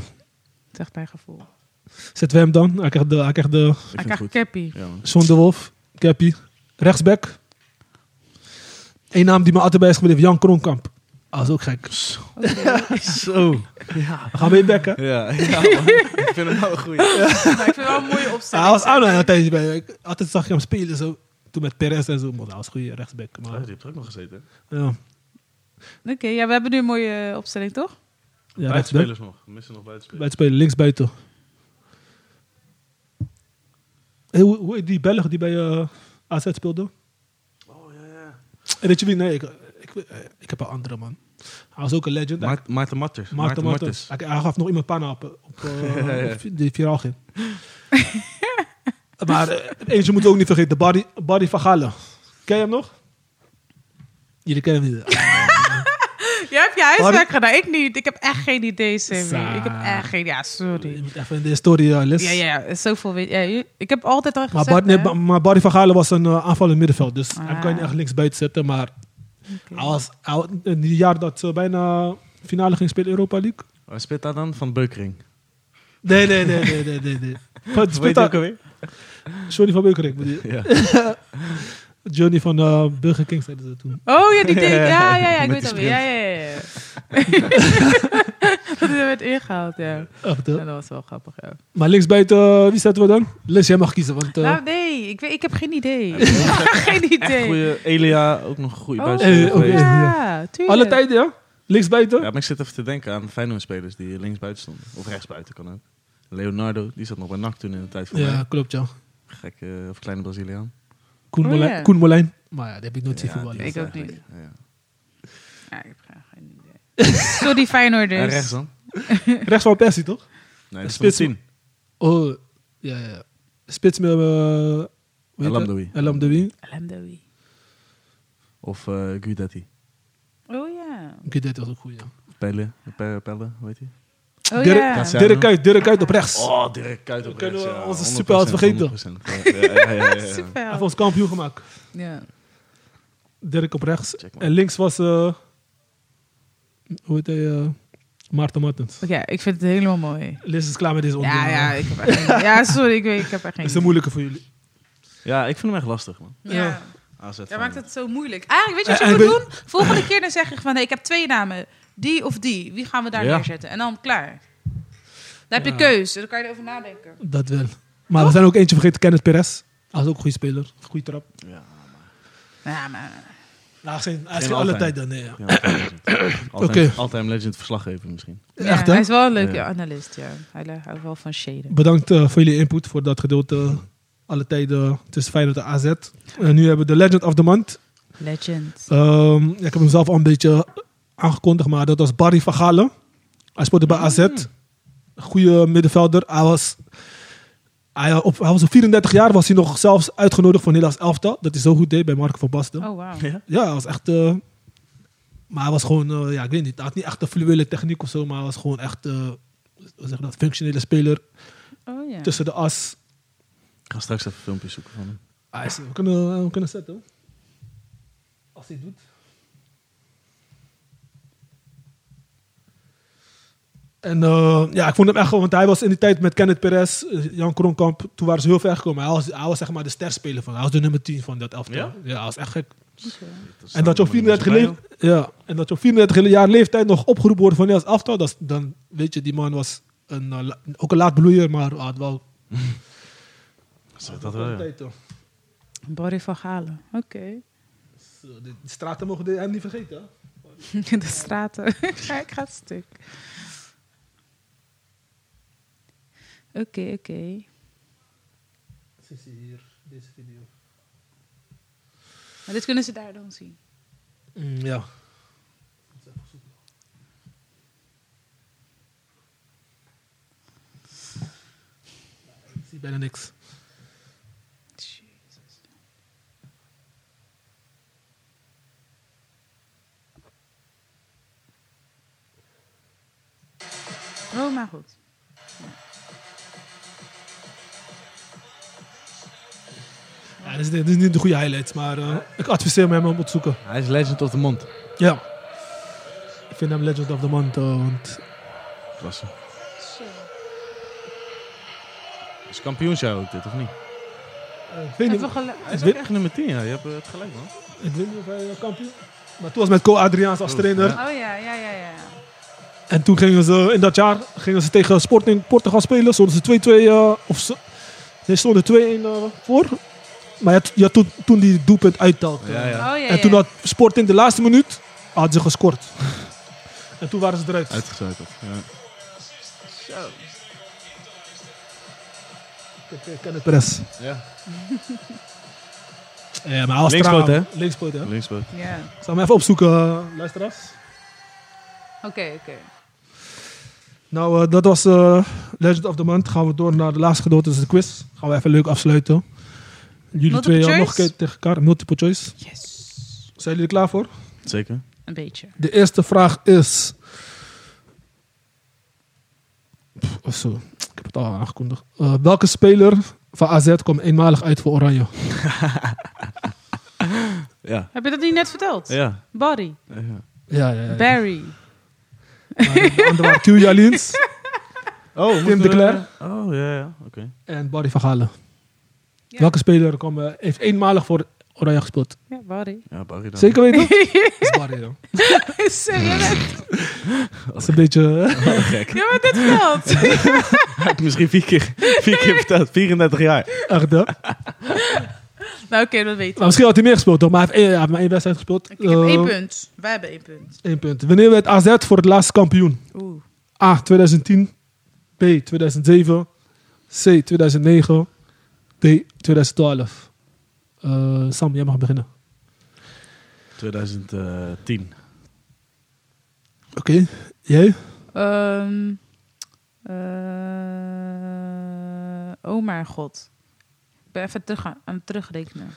is echt mijn gevoel. Zetten we hem dan. Hij krijgt de, hij krijgt de Ik Hij vind het krijgt goed. Cappy. Ja, man. John de Wolf. Cappy. Rechtsback. Eén naam die me altijd bij is gebleven. Jan Kronkamp. Dat is ook gek. (laughs) Zo. We gaan weer bekken. Ja, ja man. ik vind hem wel een goeie. Maar ik vind het wel een (laughs) mooie opstelling. Ah, hij was aan een tijdje bij. Ik- Altijd zag je hem spelen zo. Toen met Perez en zo. Maar hij was een goede rechtsback. Maar, die heeft er ook nog gezeten. ja, Oké, ja, we hebben nu een mooie opstelling, toch? ja rechtsback. buitenspelers nog. We missen nog buitenspelers. Buitenspelen, links buiten. Hey, hoe, hoe heet die Belg die bij eh, AZ speelde? Oh, ja, ja. En weet je wie? Nee, ik, ik, ik heb een andere man. Hij was ook een legend. Ma- Maarten Martens. Maarten Martens. Hij, hij gaf nog iemand panna op, op, eh, op die viraal ging. (laughs) maar eh, eentje moet ook niet vergeten. Barry, Barry van Galen. Ken je hem nog? Jullie kennen (laughs) hem niet. Jij hebt je Pardon? huiswerk gedaan, ik niet. Ik heb echt geen idee, Sa- Sammy. Ik heb echt geen... Ja, Je sorry. moet even in de historie eh, les. Ja, ja, zoveel weet... Ja, je- ik heb altijd al Maar, gezegd, Bart, nee, hè. ba- maar Barry van Galen was een eh, aanvallend middenveld. Dus hij Ah. kan je echt links buiten zetten. Maar Oké. hij was, hij wa- in die jaar dat ze bijna finale ging spelen Europa League. Waar speelt daar dan? Van Beukering. Nee, nee, nee, nee, nee, nee. nee. Wat Weet speelt je ook daar- alweer? Johnny van Beukering. bedoel je? Ja. Johnny van eh, Burger King zeiden ze toen. Oh, ja, die deed... Ja, ja, ja, ik Met weet die het alweer. Ja, ja, ja. ja. dat werd ingehaald, ja. Echt, Ja, hè? Dat was wel grappig, ja. Maar linksbuiten, eh, wie zetten we dan? Les, jij mag kiezen. Want, eh, Nou, nee, ik, weet, ik heb geen idee. (laughs) geen Echt idee. goede Elia, ook nog een goede Oh, buitenspeler eh, oké. geweest. ja, tuurlijk. alle tijden, ja? Linksbuiten? Ja, maar ik zit even te denken aan Feyenoord-spelers die linksbuiten stonden. Of rechtsbuiten kan ook. Leonardo, die zat nog bij NAC toen in de tijd van Ja, mij. klopt, ja. Gekke, eh, of kleine Braziliaan. Koen, Oh, Molijn, ja. Koen Molijn. Maar ja, dat heb ik nooit zien Ja, die voetballen. is Ik ook eigenlijk- Ja. Ja, ik heb geen idee. Sorry, Feyenoorders. En rechts dan? Rechts van Persie, toch? Nee, dat is Spits- van de tien. Oh, ja, ja. Spits met... Uh, El Amdoui. Elamdoui. LMDOI. Of eh Guidetti. Oh ja. Oké, dit was ook goed, ja. Pelle, Pe- Pelle, hoe heet hij? Oh Dirk, ja. Kassel. Dirk Kuyt, Dirk Kuyt op rechts. Oh, Dirk Kuyt op kunnen rechts, we ja, onze 100%, superheld vergeten. 100%. Ja, ja, ja, ja, ja. Hij (laughs) Super. heeft ons kampioen gemaakt. Ja. Dirk op rechts. Check, man. En links was... eh, hoe heet hij? eh, Maarten Martens. Oké, ik vind het helemaal mooi. Liz is klaar met deze Ja, onderwerp. ja, ik heb echt geen Ja, sorry, ik, weet, ik heb er geen Dat is een moeilijke voor jullie. Ja, ik vind hem echt lastig, man. Ja. AZ Jij Feyenoord. maakt het zo moeilijk. Eh, Eigenlijk, weet je En- wat je en moet doen? Volgende keer dan zeg je van, nee, ik heb twee namen. Die of die. Wie gaan we daar Ja. neerzetten? En dan klaar. Dan heb je Ja. keus. Dan kan je erover nadenken. Dat wel. Maar we zijn ook eentje vergeten, Kenneth Perez. Hij is ook een goede speler. Goede trap. Ja, Ja, maar... Nou, hij is geen, hij is Geen geen alle all-time. tijd dan, nee. ja. ja, (coughs) altijd Oké. Altijd legend verslaggever misschien. Ja, Echt, hè? hij is wel een leuke Ja. analist, ja. Hij le- houdt wel van shaden. Bedankt eh, voor jullie input, voor dat gedeelte. Alle tijden tussen Feyenoord en AZ. En nu hebben we de Legend of the Month. Legend. Ehm, ik heb hem zelf al een beetje aangekondigd, maar dat was Barry van Galen. Hij speelde bij AZ. Goede middenvelder. Hij was, hij, op, hij was op 34 jaar was hij nog zelfs uitgenodigd voor Nederlands elftal. Dat hij zo goed deed bij Marco van Basten. Oh, wauw. Ja, hij was echt. eh, maar hij was gewoon, eh, ja, ik weet niet. Hij had niet echt een fluwele techniek of zo, maar hij was gewoon echt. eh, hoe zeg je dat? Functionele speler Oh ja. tussen de as. Ik ga straks even filmpjes zoeken van hem. Hij Ah, is- we, kunnen, eh, we kunnen zetten. hoor. Als hij het doet. En eh, ja, ik vond hem echt gewoon, want hij was in die tijd met Kenneth Perez, eh, Jan Kronkamp, toen waren ze heel ver gekomen. Hij was, hij was zeg maar de sterspeler van, hij was de nummer 10 van dat elftal. Ja? ja hij was echt gek. Oké. En dat je op Samen 34 met leef- ja, en dat je op 34 jaar leeftijd nog opgeroepen wordt van Nederlands aftal, dat is- dan weet je, die man was een, eh, la- ook een laat bloeier, maar had wel Zeg Dat wel, ja. kwaliteiten. Barry van Galen. Oké. (laughs) Zo, De de straten mogen de- hem niet vergeten. hè? De straten. (laughs) ik ga stuk. Oké, oké. Zie ze hier, deze video. Maar dit kunnen ze daar dan zien. ja. Ik zie bijna niks. Jezus. Oh, maar goed. Ja, dit, is, dit is niet de goede highlights, maar eh, ik adviseer hem om op te zoeken. Hij is legend of the mond. Ja. Ik vind hem Legend of the Month, eh, want Klasse. Zo. Is kampioensjaar ook dit, of niet? eh, ik weet niet. Even gelu- Hij is Wit- ook echt nummer 10, ja. Je hebt eh, het gelijk, man. Ik weet niet of hij eh, kampioen Maar toen was met Co Adriaans als trainer. Oh ja, ja, ja, ja. En toen gingen ze in dat jaar gingen ze tegen Sporting Portugal spelen. Stonden ze 2-2 eh, of ze, nee, stonden 2-1 eh, voor. Maar ja, t- ja, toen, toen die doelpunt uittelt. Ja, ja. Oh, ja, En toen ja. had Sporting de laatste minuut had ze (laughs) gescoord. en toen waren ze eruit. Uitgezuikeld. Ja. Zo. Kenneth Perez. Ja. Ja, maar als Linkspoot, Traan- Linkspoot, hè? Linksboot. Ja. Zal me even opzoeken, eh, luisteraars. Oké, oké. Nou, eh, dat was eh, Legend of the Month. Gaan we door naar de laatste gedeelte, dat is de quiz. Gaan we even leuk afsluiten. Jullie Multiple twee eh, nog een choice? keer tegen elkaar, multiple choice. Yes. Zijn jullie er klaar voor? Zeker. Een beetje. De eerste vraag is. Pff, oh, zo, ik heb het al aangekondigd. Eh, welke speler van AZ kwam eenmalig uit voor Oranje? Ja. Heb je dat niet net verteld? Ja. Body. ja. Ja, ja, ja. Maar Barry. de andere waren Q Jalins Oh, moeten de we- Cler. Oh, ja, ja. Oké. en Barry van Galen. Ja. Welke speler kwam, eh, heeft eenmalig voor Oranje gespeeld? Ja, (laughs) Barry. Ja, Barry dan. (laughs) Zeker weten? Dat is Barry, joh. Serieus? Dat is een beetje... eh, Wat een gek. Je hebt het net verteld. Heb ik misschien vier (laughs) keer, vier keer verteld. 34 jaar. echt, hè? (laughs) nou, oké, dat weet ik. Maar misschien had hij meer gespeeld, toch? Maar hij heeft één, hij heeft maar één wedstrijd gespeeld. Ik heb één Eh, punt. Wij hebben één punt. één punt. Wanneer werd AZ voor het laatst kampioen? Oeh. A 2010, B 2007, C 2009, D 2012. Eh, Sam, jij mag beginnen. 2010. Oké, jij? Ehm, eh, oh mijn god. Ik ben even terug aan, aan het terugrekenen.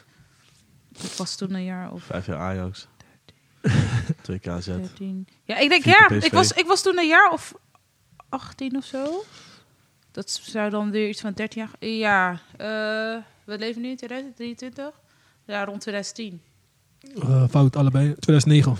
Ik was toen een jaar of Vijf jaar (laughs) Ajax. 2 KZ. 13. Ja, ik denk Vier keer ja. Ik PSV. was, ik was toen een jaar of 18 of zo. Dat zou dan weer iets van 13 jaar. Ja, eh, we leven nu in 2023. Ja, rond 2010. Eh, fout, allebei. 2009.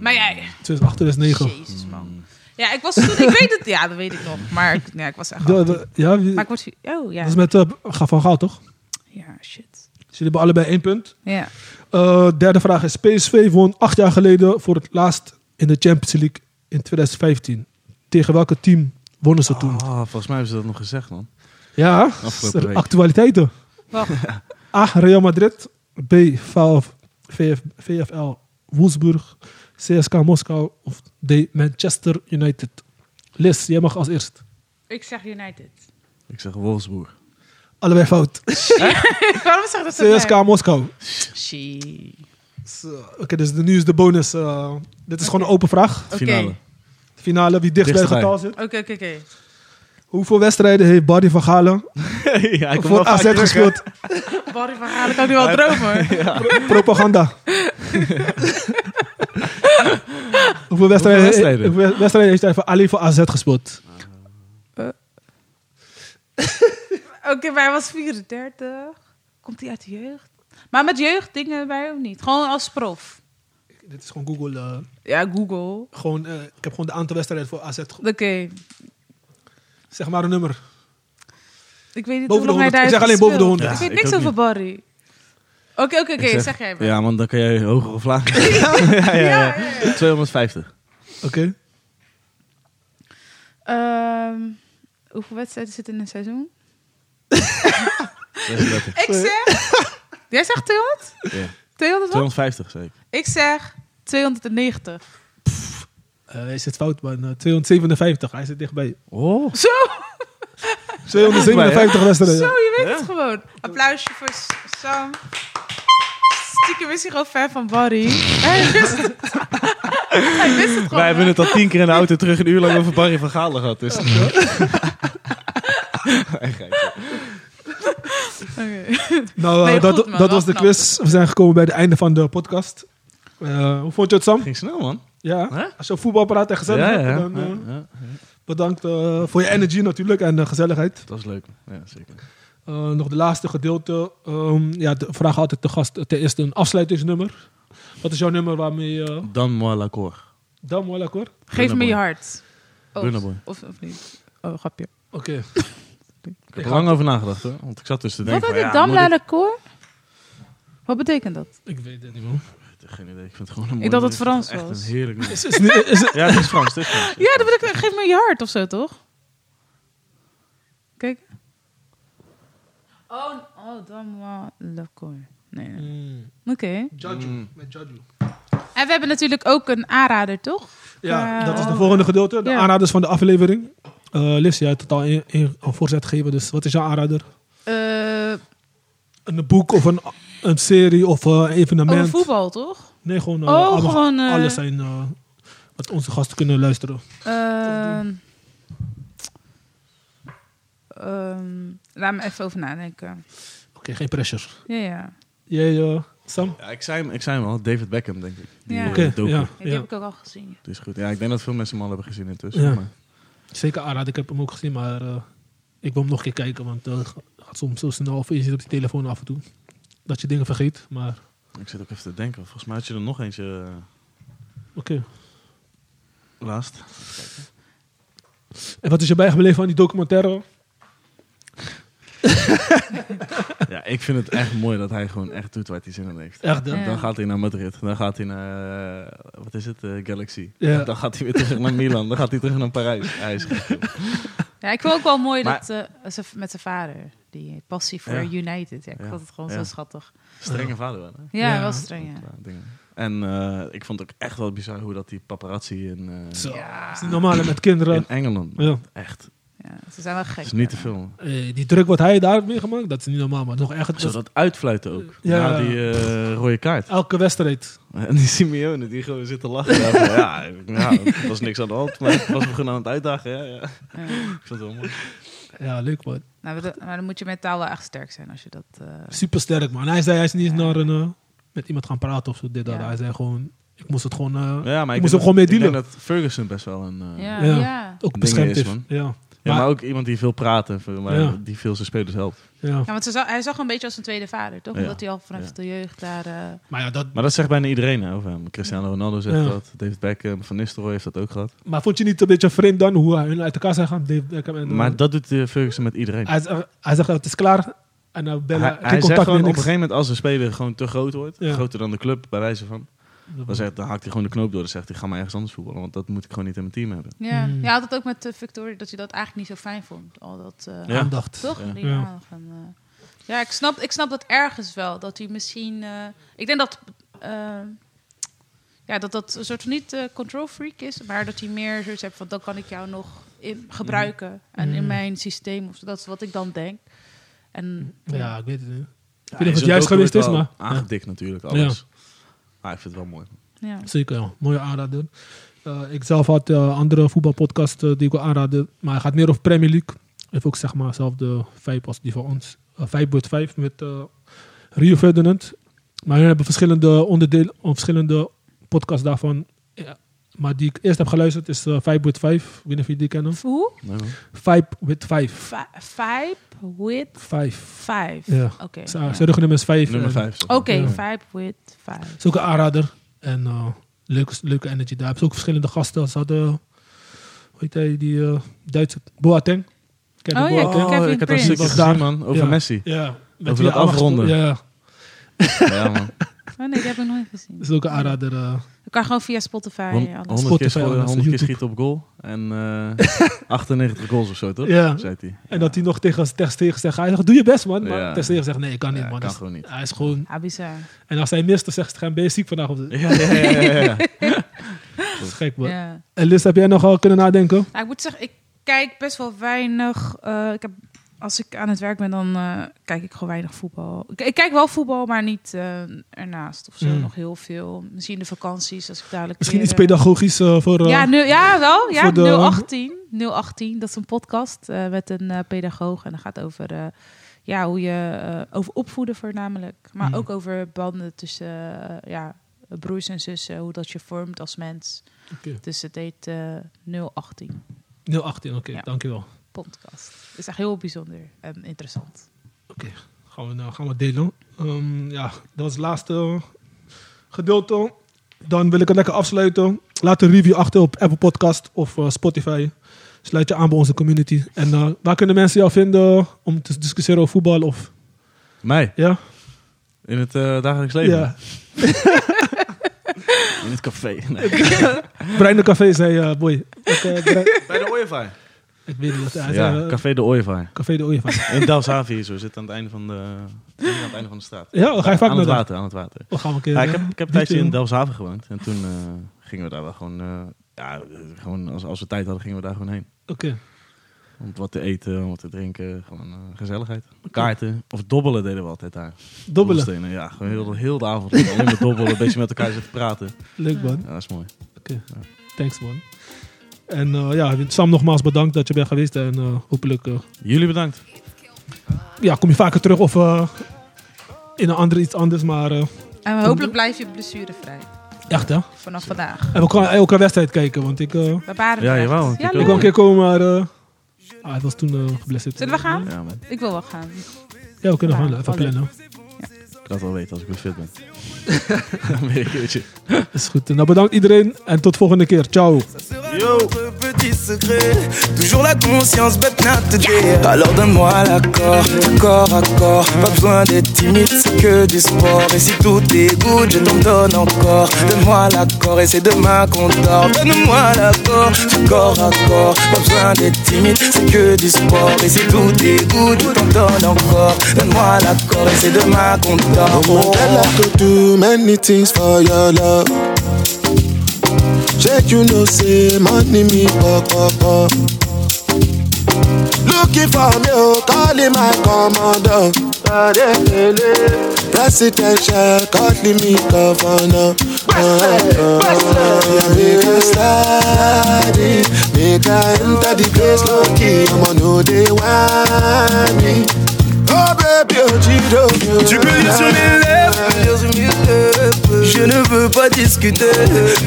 Maar jij. 2008, 2009. Jezus man. Mm. Ja, ik was toen. Ik weet het. Ja, dat weet ik nog. Maar ik, ja, ik was (laughs) echt. Ja, 18. we- ja, wie- Maar ik word. Oh ja. dat is met eh, Ga van Gaal, toch? Dus Ja, shit. jullie hebben allebei één punt. Ja. Eh, derde vraag is: PSV won acht jaar geleden voor het laatst in de Champions League in 2015. Tegen welke team wonnen ze toen? Ah, volgens mij hebben ze dat nog gezegd, man. Ja, Afgelopen week. actualiteiten. Wacht. (laughs) A. Real Madrid. B. VF, VF, VFL Wolfsburg. CSK Moskou. Of D. Manchester United. Liz, jij mag als eerst. Ik zeg United. (laughs) Ik zeg Wolfsburg. Allebei fout. Waarom zeg je dat zo? CSK Moskou. She. Zo, Oké, dus de- nu is de bonus. eh, dit is gewoon een open vraag. Oké. Finale. Finale, wie dichtst bij het Dichtstbij. getal zit. Oké, oké, oké. Hoeveel wedstrijden heeft Barry van Galen (laughs) ja, ik voor AZ (laughs) gespeeld? Barry van Galen kan nu wel dromen. Propaganda. (laughs) hoeveel wedstrijden, wedstrijden? hoeveel wedstrijden heeft hij voor, alleen voor AZ gespeeld? Oké, maar hij was 34. Komt hij uit de jeugd? Maar met jeugd dingen wij ook niet. Gewoon als prof. Dit is gewoon Google. eh, Ja, Google. gewoon, eh, ik heb gewoon de aantal wedstrijden voor AZ. ge- Oké. Zeg maar een nummer. Ik weet niet Boven de hoe 100. lang hij daar Ik zeg heeft alleen boven de 100. gespeeld. ik Ja, weet ik niks ook over niet. Barry. Oké, oké, oké. Zeg, jij maar. Ja, want dan kan jij hoger of (laughs) lager. ja, ja, ja. 250. Oké. Ehm, hoeveel wedstrijden zitten in een seizoen? 36. Ik zeg... (laughs) Jij zegt 200? Ja. 200 wat? 250 zeker. Ik zeg 290. Eh, hij zit fout, man. Eh, 257. Hij zit (laughs) dichtbij. Oh. Zo, 257 zo, wedstrijden. je weet het gewoon. Applausje voor S- Sam. Stiekem is hij gewoon fan van Barry. (laughs) Hij wist het, hij wist het gewoon. Wij hebben het al tien keer in de auto terug een uur lang over Barry van Galen gehad. Dus. Hij grijpt. Oké. Nou, eh, Nee, dat, goed, man. dat Wel was de knap. quiz. We zijn gekomen bij het einde van de podcast. Eh, hoe vond je het, Sam? Ging snel, man. Ja. Hè? Als je op voetbal praat en gezellig ja, ja. hebt, dan, eh, Ja, ja. bedankt eh, voor je energy natuurlijk en de gezelligheid. Dat was leuk. Ja, zeker. Eh, nog de laatste gedeelte. Ehm, ja, de vraag altijd de gast. eh, Ten eerste een afsluitingsnummer. Wat is jouw nummer waarmee je... Uh, Dan moi l'accord. dan wel akkoord? Geef me je hart. Oh, Bunnaboy. of, of niet. Oh, grapje. Oké. Ik heb er lang over nagedacht, hoor. Want ik zat dus te denken Wat van, had ja, het dan moet ik- Lale Koor? Wat betekent dat? Ik weet het niet, man. echt geen idee. Ik vind het gewoon een mooi Ik dacht dat lied. het Frans echt was. Een heerlijk lied. Is- is niet- is- Ja, het is Frans. Het is Frans. Ja, dan bedoel ik, geef me je hart of zo, toch? Kijk. Oh, oh dan wel lekker. Nee, nee. Hmm. Mm, Oké. Judge Mm. met Judge. En we hebben natuurlijk ook een aanrader, toch? Ja, Eh, dat is de oh. volgende gedeelte. De Ja. aanraders van de aflevering. Eh Liz, jij hebt totaal een, een, een voorzet gegeven. Dus wat is jouw aanrader? Eh, Een boek of een, een serie of eh, een evenement? over voetbal, toch? Nee, gewoon, eh, Oh, allemaal- gewoon, eh, alles zijn eh, wat onze gasten kunnen luisteren. Ehm, ehm, laat me even over nadenken. Oké, geen pressure. Ja, ja. Jij, eh, Sam? Ja, ik zei hem, ik zei hem al. David Beckham, denk ik. Die, Ja. eh, Oké, docu. ja, Die ja. heb ik ook al gezien. Die is goed. Ja, ik denk dat veel mensen hem al hebben gezien intussen. Ja. Maar Zeker aanraden. Ik heb hem ook gezien, maar eh, ik wil hem nog een keer kijken. Want eh, het gaat soms zo snel of je zit op je telefoon af en toe. Dat je dingen vergeet. Maar ik zit ook even te denken. Volgens mij had je er nog eentje eh, oké. laatst. En wat is je bijgebleven aan die documentaire? Ja, ik vind het echt mooi dat hij gewoon echt doet waar hij zin in heeft. Echt, hè? Ja. Dan gaat hij naar Madrid. Dan gaat hij naar, eh, wat is het, eh, Galaxy. Ja. Dan gaat hij weer terug naar Milan. Dan gaat hij terug naar Parijs. Hij is gek, joh. Ja, ik vind ook wel mooi Maar- dat eh, ze- met zijn vader, die passie voor Ja. United. Ja, ik Ja. vond het gewoon Ja. zo schattig. Strenge vader wel, hè? Ja, Ja. wel streng, ja. Ja, dingen. En eh, ik vond het ook echt wel bizar hoe dat die paparazzi in, eh, Zo. Ja. Is niet normaal hè, met kinderen. in Engeland... Ja. Echt, Ja, ze zijn wel gek. het is niet te hè. filmen. Eh, die druk wat hij daar heeft meegemaakt, dat is niet normaal. Maar nog echt, Zo dat uitfluiten ook. Ja. Ja. die eh, rode kaart. elke (laughs) wedstrijd. En die Simeone die gewoon zit te lachen. Ja, van, ja, ja, er was niks aan de hand. Maar ik was me gewoon aan het uitdagen. Ja, ja. Ja. Ik vond het wel mooi. Ja, leuk man. Nou, maar dan- maar dan moet je mentaal wel echt sterk zijn als je dat... eh, Super sterk man. Hij zei, hij is niet Ja. naar een, eh, met iemand gaan praten of zo. Dit, dat. Ja. Hij zei gewoon, ik moest het gewoon eh, Ja, maar ik moest denk er gewoon mee dat- ik dealen. denk dat Ferguson best wel een... eh, ja, Ja. ja. ook Ding beschermd is, heeft. man. Ja. Ja, Maar- maar ook iemand die veel praat en maar Ja. die veel zijn spelers helpt. Ja. Ja, want ze zag- hij zag een beetje als een tweede vader, toch? Ja. Omdat hij al vanaf Ja. de jeugd daar... eh, Maar, ja, dat, Maar dat zegt bijna iedereen hè, over hem. Cristiano Ronaldo zegt Ja. dat, David Beckham, Van Nistelrooy heeft dat ook gehad. maar vond je niet een beetje vreemd dan hoe hij hun uit elkaar zijn gaan? Dave Beckham en, eh, Maar dat doet eh, Ferguson met iedereen. hij, eh, hij zegt, het is klaar. En dan bellen, hij geen hij zegt contact gewoon meer, op een niks. gegeven moment als een speler gewoon te groot wordt, Ja. groter dan de club, bij wijze van, dan, Dat- zegt, dan haakt hij gewoon de knoop door. Dan zegt hij, ga maar ergens anders voetballen, want dat moet ik gewoon niet in mijn team hebben. ja. Hmm. ja, had het ook met eh, Victoria, dat hij dat eigenlijk niet zo fijn vond. Al dat... eh, Ja. Aandacht. Toch? Ja. Die Ja. aandacht en, eh, ja, ik snap, ik snap dat ergens wel. Dat hij misschien... eh, ik denk dat... eh, ja, dat dat een soort van niet eh, control freak is. Maar dat hij meer zoiets hebt van... Dan kan ik jou nog in, gebruiken. En in Mm. mijn systeem. Of, zo. dat is wat ik dan denk. En, Ja, ik weet het niet. Ja, weet niet of is het juist ook geweest wel is, maar- Aangedikt natuurlijk, alles. Maar ik vind het wel mooi. ja. Zeker, ja. mooie aanrader. Eh, ik zelf had eh, andere voetbalpodcast eh, die ik wil aanraden. Maar hij gaat meer over Premier League. Heeft ook zeg maar dezelfde vibe als die van ons. Eh, Vijf wordt vijf met eh, Rio Ferdinand. Maar we hebben verschillende onderdelen, of verschillende podcasts daarvan. Ja. Maar die ik eerst heb geluisterd is eh, Vijf wordt vijf. Ik weet niet of jullie die kennen. Hoe? Nee, hoor. Vijf with vijf. Fi- Vibe with Vijf. five. Ja. Oké. Ze ze ruggen hem eens vijf. Nummer En- 5. Oké, eh, Ja. vibe with five. Zulke aanrader. En eh, leuke, leuke energy daar. Hebben ze ook verschillende gasten. Ze hadden, hoe heet hij, die eh, Duitse, Boateng. Kevin Oh ja, Boateng. Kevin ik had een Prince. stukje Was gezien, daar- man, over Ja. (laughs) Messi. Ja, met Over wie dat hij afgesproken- afronden. Ja, Ja, man. Oh nee, die heb ik nooit gezien. zulke aanrader. eh, Ik kan gewoon via Spotify. Hon- ja, anders- 100 keer, Spotify, scoren, alles, 100 keer YouTube. schieten op goal. En eh (laughs) 98 goals of zo, toch? Ja. Zei hij. en dat hij nog tegen Ter Stegen zegt, hij zegt, doe je best man. Maar Ja. Ter Stegen zegt, nee, ik kan niet Ja, man. kan Dus gewoon niet. Hij is gewoon, Ah, bizar. en als hij mist, dan zegt hij, ben je ziek vandaag? Of, (laughs) dat Ja, ja, ja. ja, (laughs) ja. is gek man. Ja. En Liz, heb jij nog wel kunnen nadenken? Nou, ik moet zeggen, ik kijk best wel weinig. eh, ik heb, als ik aan het werk ben, dan eh, kijk ik gewoon weinig voetbal. Ik, ik kijk wel voetbal, maar niet eh, ernaast of zo. Mm. Nog heel veel. Misschien de vakanties, als ik dadelijk Misschien weer, iets eh, pedagogisch eh, voor... eh, Ja, nu, ja, wel. Ja, voor de- 018. 018, dat is een podcast eh, met een eh, pedagoog. En dat gaat over, eh, ja, hoe je, eh, over opvoeden voornamelijk. Maar Mm. ook over banden tussen eh, ja, broers en zussen. Hoe dat je vormt als mens. Oké. Dus het heet eh, 018 018, oké, Ja. dankjewel. podcast. Het is echt heel bijzonder en interessant. Gaan we, nou, gaan we delen. Ehm, ja, dat was het laatste eh, gedeelte. Dan wil ik het lekker afsluiten. Laat een review achter op Apple Podcast of eh, Spotify. Sluit je aan bij onze community. En eh, waar kunnen mensen jou vinden om te discussiëren over voetbal? Of, Mij, ja? in het eh, dagelijks leven. Ja. In het (laughs) café. Brein de Café zei, eh, boy. Ik, (laughs) eh, Brein- Bij de Ooievaar. ik weet niet wat hij zei. Ja, eh, café de Ooievaar. café de Ooievaar. In Dalsavi zo zit aan het einde van de, aan het einde van de straat. Ja, dan ga je vaak aan het naar daar. water, aan het water. We gaan een keer. Ja, ik eh, heb, (laughs) ik heb een die tijdje in film. Delfshaven gewoond. En toen eh, gingen we daar wel gewoon... eh, ja, eh, gewoon als, als we tijd hadden, gingen we daar gewoon heen. Oké. Om wat te eten, om wat te drinken. Gewoon eh, gezelligheid. Kaarten. Of dobbelen deden we altijd daar. Dobbelen. Dobbelstenen, ja. Gewoon heel, heel de avond. Alleen maar dobbelen. Een beetje met elkaar zitten praten. Leuk man. Ja, dat is mooi. Thanks man. En eh, ja, Sam nogmaals bedankt dat je bent geweest. En eh, hopelijk eh, Jullie bedankt. ja, kom je vaker terug of eh, in een andere iets anders. Maar eh, En hopelijk blijf je blessurevrij. echt hè. Vanaf vandaag. En we gaan elke wedstrijd kijken. Want ik, eh, We waren Ja, er echt. jawel, ik Ja, ook. ik leuk. wil een keer komen, maar eh, ah, het was toen eh, geblesseerd. Zullen we gaan? Ja, man. Ik wil wel gaan. Ja, we kunnen Ja, gaan. Even wel leuk. plannen. Ik laat wel weten als ik weer fit ben. (laughs) Dan weer een keertje. Is goed. Nou, bedankt iedereen. En tot volgende keer. Ciao. Ça sera notre petit secret. Toujours la conscience bête n'a te dire. Alors donne-moi l'accord, corps à corps. Pas besoin d'être timide, c'est que du sport. Et si tout dégoûte, je t'en donne encore. Donne-moi l'accord et c'est demain qu'on dort. Donne-moi l'accord, corps à corps. Pas besoin d'être timide, c'est que du sport. Et si tout dégoûte, je t'en donne encore. Donne-moi l'accord et c'est demain qu'on dort. Oh, girl, I could do many things for your love. Check you know, say money me oh, pop pop pop. Looking for me, oh, calling my commander. Presidential, calling me governor. Uh, uh, make a slide, in, make a enter the place low key. I'ma know they want me. Oh baby, oh, G-Dog, Tu peux lire sur mes lèvres, je ne veux pas discuter.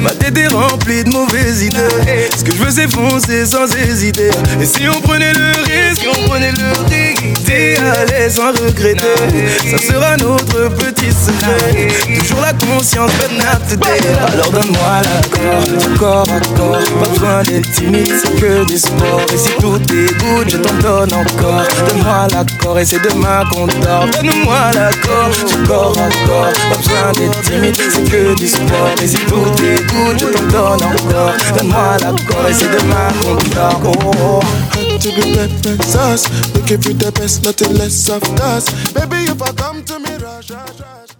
Ma tête est remplie de mauvaises idées. Ce que je veux, c'est foncer sans hésiter. Et si on prenait le risque, on prenait le risque. T'es à l'aise sans regretter. Ça sera notre petit secret. Toujours la conscience, but not today. Alors donne-moi l'accord, corps à corps. Pas besoin d'être timide, c'est que du sport. Et si tout dégoûte, je t'en donne encore. Donne-moi l'accord et c'est demain qu'on dort. Donne-moi l'accord, du corps à corps. Pas besoin d'être timide, c'est que du sport. Et si tout dégoûte, je t'en donne encore. Donne-moi l'accord et c'est demain qu'on dort. Oh, oh. to the pepper sauce. We give you the best, nothing less of us. Baby, if I come to me, rush, rush, rush.